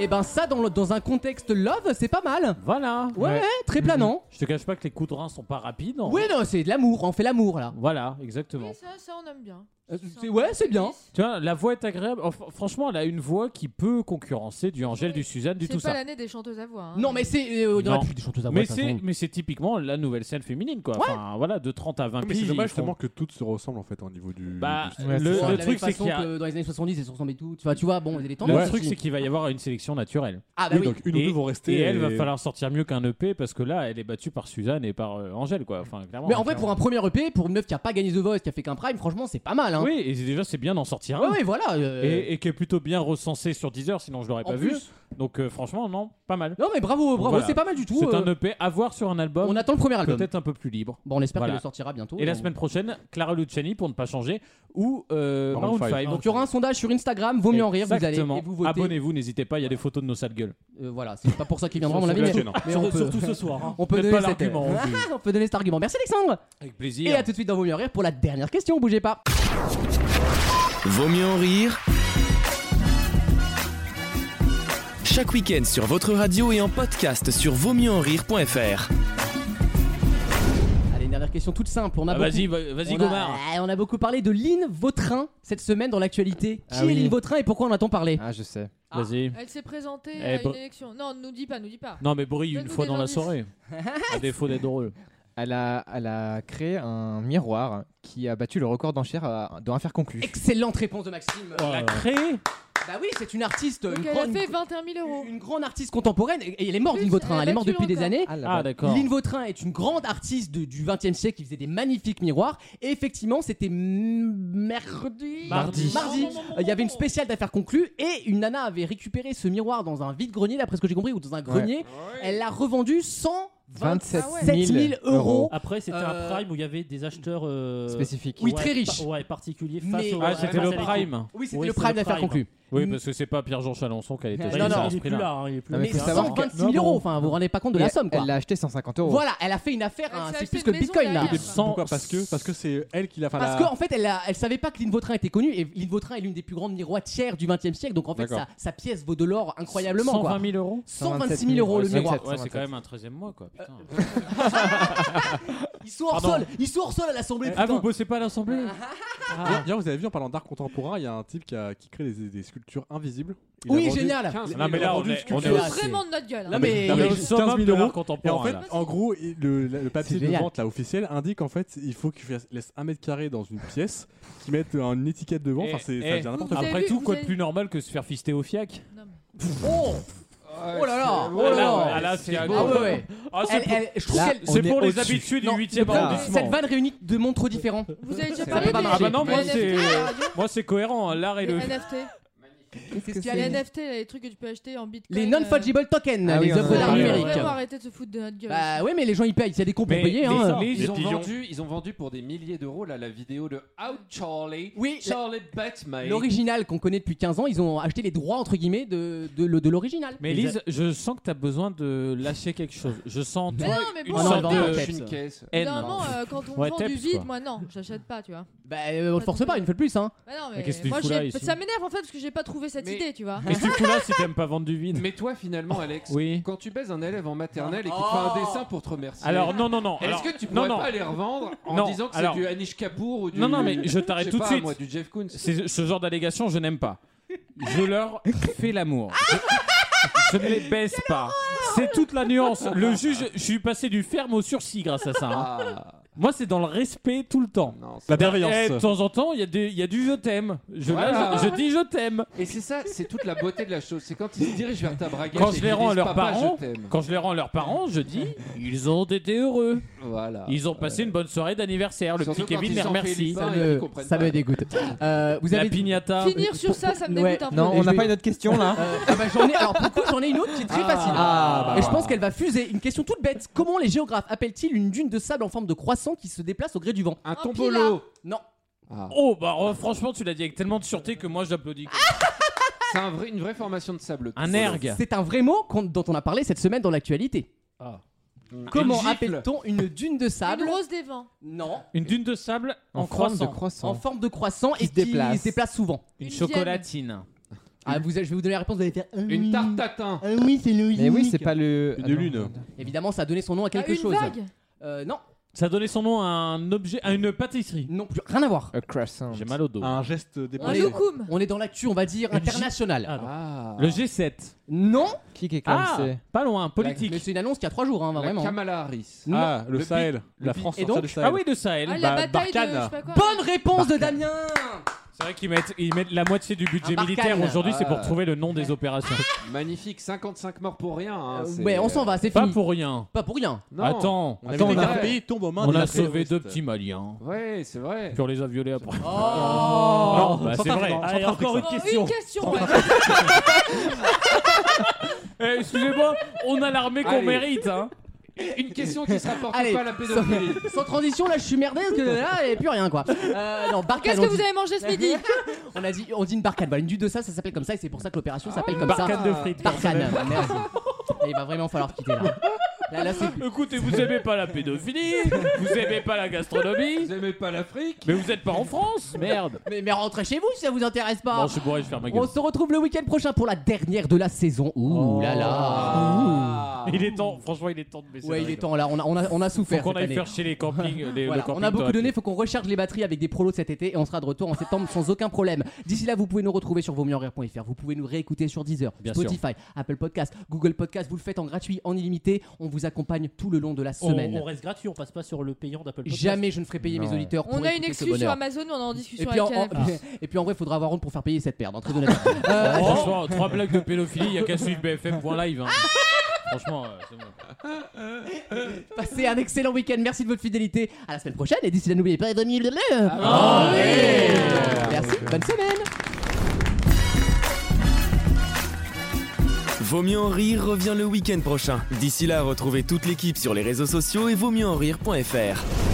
S2: Et ben ça, dans, le- dans un contexte love, c'est pas mal.
S3: Voilà.
S2: Ouais, ouais, très planant.
S3: Je te cache pas que les coups de rein sont pas rapides. en-
S2: Ouais, non, c'est de l'amour, on fait l'amour là.
S3: Voilà, exactement.
S7: Oui, ça, ça, on aime bien.
S2: Euh, c'est- ouais, c'est bien.
S3: Tu vois, la voix est agréable. Enfin, franchement, elle a une voix qui peut concurrencer du Angèle, du Suzanne, du
S7: C'est
S3: tout
S7: pas
S3: ça.
S7: l'année des chanteuses à voix. hein.
S2: Non, mais c'est. euh, Il y en a
S3: Non.
S2: plus des chanteuses à voix,
S3: Mais
S2: de toute
S3: c'est,
S2: façon.
S3: mais c'est typiquement la nouvelle scène féminine, quoi. Enfin, voilà, de 30 à 20
S6: Mais c'est
S3: piges,
S6: dommage
S3: ils font-
S6: justement que toutes se ressemblent en fait au niveau du.
S3: Bah,
S6: du-
S5: Ouais,
S3: le,
S5: c'est ça.
S3: le
S2: De la
S3: truc,
S2: même
S3: c'est qu'il y a-
S2: façon que dans les années 70, elles se ressemblaient tout. Tu vois, tu vois, bon, elle est
S3: le
S2: tendance.
S3: truc, c'est qu'il va y avoir une sélection naturelle.
S2: Ah bah
S6: oui,
S2: oui.
S6: donc une ou
S3: Et-
S6: deux vont rester.
S3: Et elle va falloir sortir mieux qu'un EP parce que là, elle est battue par Suzanne et par euh, Angèle, quoi. Enfin, clairement.
S2: Mais en vrai, pour un premier EP, pour une meuf qui a pas gagné The Voice, qui a fait qu'un prime, franchement, c'est pas mal. Hein.
S3: euh, Oui, et déjà, c'est bien d'en sortir
S2: Ouais,
S3: un.
S2: ouais, voilà. euh,
S3: Hein Et, et qui est plutôt bien recensé sur Deezer, sinon je l'aurais
S2: en
S3: pas
S2: plus.
S3: vu. Donc, euh, franchement, non, pas mal.
S2: Non, mais bravo, bravo,
S3: Voilà.
S2: c'est pas mal du tout.
S3: C'est
S2: euh,
S3: un EP à voir sur un album.
S2: On attend le Oh. premier album.
S3: peut-être un peu plus libre.
S2: Bon, on espère
S3: Voilà.
S2: qu'elle le sortira bientôt.
S3: Et la
S2: Donc-
S3: semaine prochaine, Clara Luciani pour ne pas changer ou euh,
S6: Maroon
S3: Maroon 5.
S6: five.
S2: Donc il y aura un sondage sur Instagram, vaut mieux en rire, vous allez
S3: Exactement.
S2: et vous votez.
S3: Abonnez-vous, n'hâtez pas, il y a des photos de nos sales gueules.
S2: Euh, voilà, c'est pas pour ça qu'il viendra, à mon
S6: Sur-
S2: avis.
S6: sur la
S2: Mais,
S6: chaîne, hein.
S2: mais on peut,
S8: Surtout ce soir. hein.
S2: on peut
S3: Peut-être
S2: donner
S3: pas
S2: cet
S3: l'argument, hein.
S2: euh, on peut donner cet argument. Merci Alexandre.
S3: Avec
S2: Et
S3: plaisir.
S2: à tout de suite dans Vaut mieux en rire pour la dernière question, bougez pas.
S1: Vaut mieux en rire. Chaque week-end sur votre radio et en podcast sur vaumieuxenrire.fr.
S2: Allez, une dernière question toute simple. On a
S3: Ah,
S2: beaucoup-
S3: vas-y, va- vas-y,
S2: on a-
S3: Gomard.
S2: Ah, on a beaucoup parlé de Lynn Vautrin cette semaine dans l'actualité.
S5: Ah
S2: Qui est
S5: oui.
S2: Lynn Vautrin et pourquoi on a-t-on parlé
S5: Ah, je sais.
S2: Ah.
S3: Vas-y.
S7: Elle s'est présentée
S3: Eh,
S7: à
S3: br-
S7: une élection. Non, nous dis pas, nous dis pas.
S3: Non, mais brille une
S7: Donne-nous
S3: fois
S7: des
S3: dans la
S7: indices.
S3: soirée. À défaut d'être drôle.
S5: Elle a, elle a créé un miroir qui a battu le record d'enchères à- dans un fer conclu.
S2: Excellente réponse de Maxime.
S3: Elle a créé
S2: Bah oui, c'est une artiste,
S7: Donc
S2: une
S7: elle a
S2: grande,
S7: fait 21 000 euros.
S2: une grande artiste contemporaine. Et et elle est morte,
S7: Plus,
S2: Lynn Vautrin.
S7: elle a
S2: Elle est morte
S7: battu
S2: depuis des
S7: encore.
S2: années.
S5: Ah, là-bas.
S3: Ah, d'accord.
S2: Lynn Vautrin est une grande artiste de- du XXe siècle qui faisait des magnifiques miroirs. Et effectivement, c'était m- mercredi.
S3: Mardi.
S2: Mardi.
S7: Oh,
S2: Euh, Il y avait une spéciale d'affaires conclues et une nana avait récupéré ce miroir dans un vide-grenier, d'après ce que j'ai compris, ou dans un grenier.
S7: Ah
S2: Elle l'a revendu 127
S5: 27
S2: 000 euros.
S3: Ah
S8: Après, c'était
S2: Euh,
S8: un prime où il y avait des acheteurs. euh,
S5: Spécifique.
S2: Oui,
S8: ouais,
S2: très riches.
S8: pa- Ouais, particuliers.
S2: Mais-
S8: face aux-
S3: Ah, c'était
S8: face
S3: le
S8: à des-
S3: prime.
S2: Oui, c'était
S8: Oui,
S2: le
S8: c'est
S2: prime
S8: le
S2: d'affaires
S8: prime.
S2: conclues.
S3: Oui,
S6: Mm.
S3: parce que c'est pas Pierre-Jean Chalençon qui a été
S8: Bah,
S3: acheté
S2: Non,
S8: il-
S2: non.
S3: à
S8: il
S3: ce
S8: est plus
S3: prix-là.
S8: là. hein, il est plus
S5: Non,
S8: là.
S5: mais
S2: Mais
S5: faut savoir
S2: 127 000 euros, enfin, vous vous rendez pas compte de
S5: Et
S2: la
S5: elle-
S2: somme, quoi.
S5: Elle l'a acheté 150 euros.
S2: Voilà, elle a fait une affaire,
S7: Elle
S2: hein,
S7: s'est
S2: c'est
S7: acheté
S2: plus que le
S7: une maison
S2: bitcoin là.
S7: derrière.
S6: Mais Pourquoi Parce que parce que c'est elle qui l'a. enfin,
S2: Parce
S6: la-
S2: qu'en fait, elle, a- elle savait pas que Lynn Vautrin était connue et Lynn Vautrin est l'une des plus grandes miroitières du 20 e siècle. Donc en fait,
S6: D'accord.
S2: sa, sa pièce vaut de l'or incroyablement. quoi.
S3: 120 000 euros
S2: 126 000 euros le
S5: Ouais,
S2: miroir.
S5: exact.
S3: Ouais, c'est quand même un 13 mois, quoi. Putain.
S2: Ils sont hors
S3: Pardon.
S2: sol, ils sont hors sol à l'Assemblée.
S3: Ah,
S2: putain.
S3: vous bossez pas à l'Assemblée Ah.
S6: Hier- Hier, Ah. vous avez vu en parlant d'art contemporain, il y a un type qui, a- qui crée des, des sculptures invisibles. Il a
S2: oui,
S6: vendu-
S2: génial.
S3: Non, mais là, on est on est
S2: Ah,
S3: au
S2: c'est-
S7: Vraiment de notre gueule. hein.
S2: Non, mais-
S6: Non,
S3: on est
S6: mais
S3: au
S6: 15
S3: summum
S6: 000
S3: de l'art
S6: euros. Et en
S3: contemporain.
S6: fait,
S3: là.
S6: en gros, il- le, la- le papier
S2: C'est
S6: de
S2: génial.
S6: vente là, officiel indique en fait il faut que tu laisses un mètre carré dans une pièce, qu'ils mettent une étiquette devant.
S3: Eh,
S6: Enfin, c'est
S3: eh,
S6: ça devient n'importe
S7: Vous avez
S3: Après
S7: vu-
S3: tout,
S7: vous
S3: quoi de
S7: avez-
S3: plus normal que se faire fister au fiac
S7: Non, mais-
S2: Oh, oh là là, oh là là.
S3: Ah, là, c'est
S2: Ah
S3: un
S2: ouais,
S3: gros-
S2: ouais.
S3: Ah, c'est
S2: Elle-
S3: pour-
S2: elle- je trouve
S5: Là,
S2: qu'elle.
S5: on
S3: C'est
S5: est
S3: pour les
S5: au-dessus.
S3: habitués du
S2: Non,
S3: 8e
S5: le problème,
S3: arrondissement.
S2: Cette vanne réunit deux mondes trop différents.
S7: Vous avez déjà
S5: C'est
S7: parlé
S2: pas
S7: des
S2: mal. Ah bah
S3: non, moi,
S7: des
S3: c'est-
S7: NFT,
S3: Moi, c'est cohérent, hein, l'art et
S7: les
S3: le.
S7: NFT.
S2: C'est ce qu'il y a
S7: Les
S2: les-
S7: NFT, là, les trucs que tu peux acheter en bitcoin.
S2: Les non-fungible tokens,
S5: Ah oui,
S2: les
S5: on en
S2: œuvres
S5: a
S2: d'art
S3: parlé,
S7: numériques.
S2: numérique.
S7: Vraiment arrêter de se foutre de notre gueule.
S2: Bah ouais, mais les gens ils payent. S'il y a des comptes pour
S3: Mais
S2: payer.
S3: les-
S2: hein.
S3: les-
S4: Ils ont,
S3: pigeons.
S4: vendu, ils ont vendu pour des milliers d'euros là, la vidéo de Out Charlie,
S2: Oui, la-
S4: Charlie Batman.
S2: l'original qu'on connaît depuis 15 ans, ils ont acheté les droits entre guillemets de, de, le- de l'original.
S3: Mais
S8: Les-
S3: Lise, je sens que t'as besoin de lâcher quelque chose. Je sens
S7: Mais
S3: toi
S7: non, mais
S3: une
S7: bon,
S2: Ah non,
S3: sorte
S2: elle va arrêter.
S3: de
S5: une caisse.
S3: haine.
S7: Normalement, euh, quand on
S3: Ouais,
S7: vend
S3: Taps,
S7: du vide,
S3: quoi.
S7: moi non, j'achète pas, tu vois.
S2: Bah euh, on le force pas une fois de plus hein.
S7: Bah non,
S3: Mais qu'est-ce que
S7: mais
S3: tu
S7: moi
S3: fous là,
S7: j'ai-
S3: ici
S7: ça m'énerve en fait parce que j'ai pas trouvé cette
S4: Mais-
S7: idée, tu vois.
S3: Mais du coup là, si t'aimes pas vendre du vide.
S4: Mais toi, finalement, Alex,
S3: Oui. Oh.
S4: quand tu baises un élève en maternelle et qu'il te fait un dessin pour te remercier,
S3: Alors non, non, non.
S4: est-ce
S3: alors-
S4: que tu pourrais
S3: non, non.
S4: pas les revendre en
S3: Non,
S4: disant que c'est
S3: alors-
S4: du Anish Kapoor ou du.
S3: Non, non, mais je
S4: je
S3: t'arrête
S4: sais
S3: tout de
S4: pas,
S3: suite.
S4: moi, du Jeff Koons.
S3: C'est ce genre d'allégation, je n'aime pas. Je leur fais l'amour. Je, je ne les baisse pas. C'est toute la nuance. Le juge, je suis passé du ferme au sursis grâce à ça. hein.
S4: Ah,
S3: Moi, c'est dans le respect tout le temps.
S4: non, c'est-
S6: La
S3: Eh, de
S6: bienveillance.
S3: temps en temps, il y, a des- il y a du je t'aime. Je, là,
S4: Voilà.
S3: je- je dis je t'aime.
S4: Et c'est ça, c'est toute la beauté de la chose. C'est quand ils se dirigent vers ta braguette
S3: Quand
S4: et
S3: je
S4: qu'ils
S3: les rends à
S4: disent,
S3: leurs
S4: Papa,
S3: parents,
S4: je t'aime.
S3: quand je les rends à leurs parents, je dis ils ont été heureux.
S4: Voilà.
S3: Ils ont passé une bonne soirée d'anniversaire. Le
S4: Surtout
S3: petit
S4: quand
S3: Kevin
S4: ils
S3: les
S4: s'en
S3: remercie.
S4: félicitent. Ah, ils
S2: me,
S4: comprennent
S2: ça
S4: pas.
S2: me dégoûte. Euh, vous
S3: La
S2: avez
S3: pignata.
S7: Finir sur ça, ça me
S2: Ouais.
S7: dégoûte un peu.
S5: Non,
S2: Et
S5: on
S2: je
S5: n'a
S2: vais-
S5: pas une autre question là.
S2: Euh, ah bah, j'en ai alors pourquoi j'en ai une autre qui est très facile.
S5: Ah,
S2: Et je pense qu'elle va fuser. Une question toute bête. Comment les géographes appellent-ils une dune de sable en forme de croissant qui se déplace au gré du vent
S4: Un
S7: pila.
S4: tombolo.
S2: Non.
S4: Ah.
S3: Oh bah oh, franchement, tu l'as dit avec tellement de sûreté que moi j'applaudis.
S4: C'est un vrai- une vraie formation de sable.
S3: Un ergue.
S2: C'est un vrai mot qu'on- dont on a parlé cette semaine dans l'actualité. Comment
S4: Une gifle.
S2: appelle-t-on une dune de
S7: Une
S2: sable
S7: rose des vents.
S2: Non.
S3: Une dune de sable en,
S5: forme de
S3: croissant.
S5: croissant.
S2: En forme de croissant
S5: Qui
S2: et
S5: se
S2: qui
S5: déplace.
S2: se déplace souvent.
S3: Une
S7: Une
S3: chocolatine.
S2: Ah, vous, je vais vous donner la réponse, vous allez faire. ah oui.
S4: Une tarte tatin.
S2: Ah oui, c'est Loïc.
S5: Mais oui, c'est pas le.
S6: Une
S5: Ah non.
S6: lune.
S2: Évidemment, ça a donné son
S3: Ah,
S2: nom à quelque
S7: une
S2: chose.
S7: vague
S2: Euh, non,
S3: Ça donnait son nom à un objet, à une pâtisserie.
S2: non plus, rien à voir.
S5: A croissant.
S3: J'ai mal au dos.
S6: Un geste
S7: Un
S6: déplacé.
S7: loukoum
S2: On est dans l'actu, on va dire,
S3: Une G-
S2: internationale.
S3: Ah,
S5: Ah.
S3: Le G7.
S2: Non,
S5: Qui est comme
S3: Ah,
S5: c'est
S3: pas loin,
S2: mais
S3: politique.
S2: c'est une annonce qui a trois jours, hein,
S4: La
S2: vraiment.
S4: Kamala Harris.
S2: Non.
S6: Ah, le,
S4: Le
S6: Sahel. La
S2: pi-
S6: France
S2: et
S6: sortir
S2: donc-
S6: du Sahel.
S3: Ah oui, de Sahel.
S7: Ah,
S3: Bah,
S7: la bataille de. Je
S3: Barkhane.
S7: sais pas quoi.
S2: Bonne réponse de Damien
S3: C'est vrai qu'ils mettent, ils mettent la moitié du budget
S2: Un Euh. Ah Barkhane.
S3: militaire aujourd'hui, c'est pour
S4: Ah.
S3: trouver le nom des opérations.
S4: Magnifique, 55 morts pour rien. hein, c'est-
S2: Ouais, Euh, ben, on s'en va, c'est
S3: Ah, Pas
S2: fini.
S3: pour rien.
S2: Pas pour rien.
S4: Non.
S3: Attends,
S4: On avait
S3: attends,
S4: des
S3: on a,
S4: cartes.
S6: pays tombe aux mains
S3: on
S6: des
S3: a
S6: terroristes.
S3: sauvé deux petits Maliens.
S4: Ouais, c'est vrai.
S3: Puis on les a violés
S2: Oh,
S3: après. Non, bah, c'est vrai.
S8: Allez, encore une
S7: Oh,
S8: question.
S7: Une question ouais.
S3: Eh, Excusez-moi, on a l'armée qu'on
S4: Allez.
S3: mérite. Hein.
S4: Une question qui se rapporte
S2: Allez.
S4: pas à la pédophilie.
S2: Sans transition, là, je suis merdé parce que là, il n'y a plus rien, quoi. Euh, non, Barkhane,
S7: Qu'est-ce
S2: on
S7: que vous
S2: dit-
S7: avez mangé ce midi
S2: On a dit, on dit une barcade. Voilà, une du de ça, ça s'appelle comme ça, et c'est pour ça que l'opération s'appelle comme
S3: Barcade de
S2: ça.
S3: frites.
S2: Barkhane. Merci. Et il va vraiment falloir quitter là. Là, là, c'est.
S3: Écoutez, vous aimez pas la pédophilie, vous aimez pas la gastronomie,
S4: Vous aimez pas l'Afrique
S3: mais vous êtes pas en France, merde.
S2: Mais, mais rentrez chez vous si ça vous intéresse pas.
S3: Non, je suis bourré, je ferme ma gueule.
S2: on se retrouve le week-end prochain pour la dernière de la saison. Ouh
S3: Oh,
S2: là là.
S4: Ah.
S3: Il est temps, franchement, il est temps de baisser.
S2: Ouais,
S3: la
S2: il est
S3: règle.
S2: temps là. On a, on a, on a
S3: Faut
S2: souffert
S3: qu'on
S2: cette
S3: aille
S2: année.
S3: faire chez les campings. les- le
S2: Voilà, on
S3: camping
S2: a beaucoup
S3: de-
S2: donné, faut qu'on recharge les batteries avec des prolos de cet été et on sera de retour en septembre sans aucun problème. D'ici là, vous pouvez nous retrouver sur vosmieuxenrire.fr, vous pouvez nous réécouter sur Deezer,
S3: Bien sûr.
S2: Spotify, Apple Podcast, Google Podcast, vous le faites en gratuit, en illimité, on vous accompagne tout le long de la
S8: On,
S2: semaine.
S8: on reste gratuit, on passe pas sur le payant d'Apple Podcast.
S2: Jamais je ne ferai payer mes
S5: Non.
S2: auditeurs pour
S7: On a une
S2: écouter ce
S7: excuse sur
S2: bonheur.
S7: Amazon, on est en
S2: Et
S7: discussion
S2: puis, en,
S7: avec elle.
S2: en- et puis en vrai, faudra avoir honte pour faire payer cette perte. hein, très honnêtement. Euh,
S3: Oh, franchement, trois blagues de pédophilie, y a qu'à suivre BFM.live. Hein. Franchement, euh, c'est bon.
S2: passez un excellent week-end. Merci de votre fidélité. À la semaine prochaine. Et d'ici là, n'oubliez pas. Merci. Bonne semaine.
S1: Vaut mieux en rire revient le week-end prochain. D'ici là, retrouvez toute l'équipe sur les réseaux sociaux et vaut mieux en rire.fr.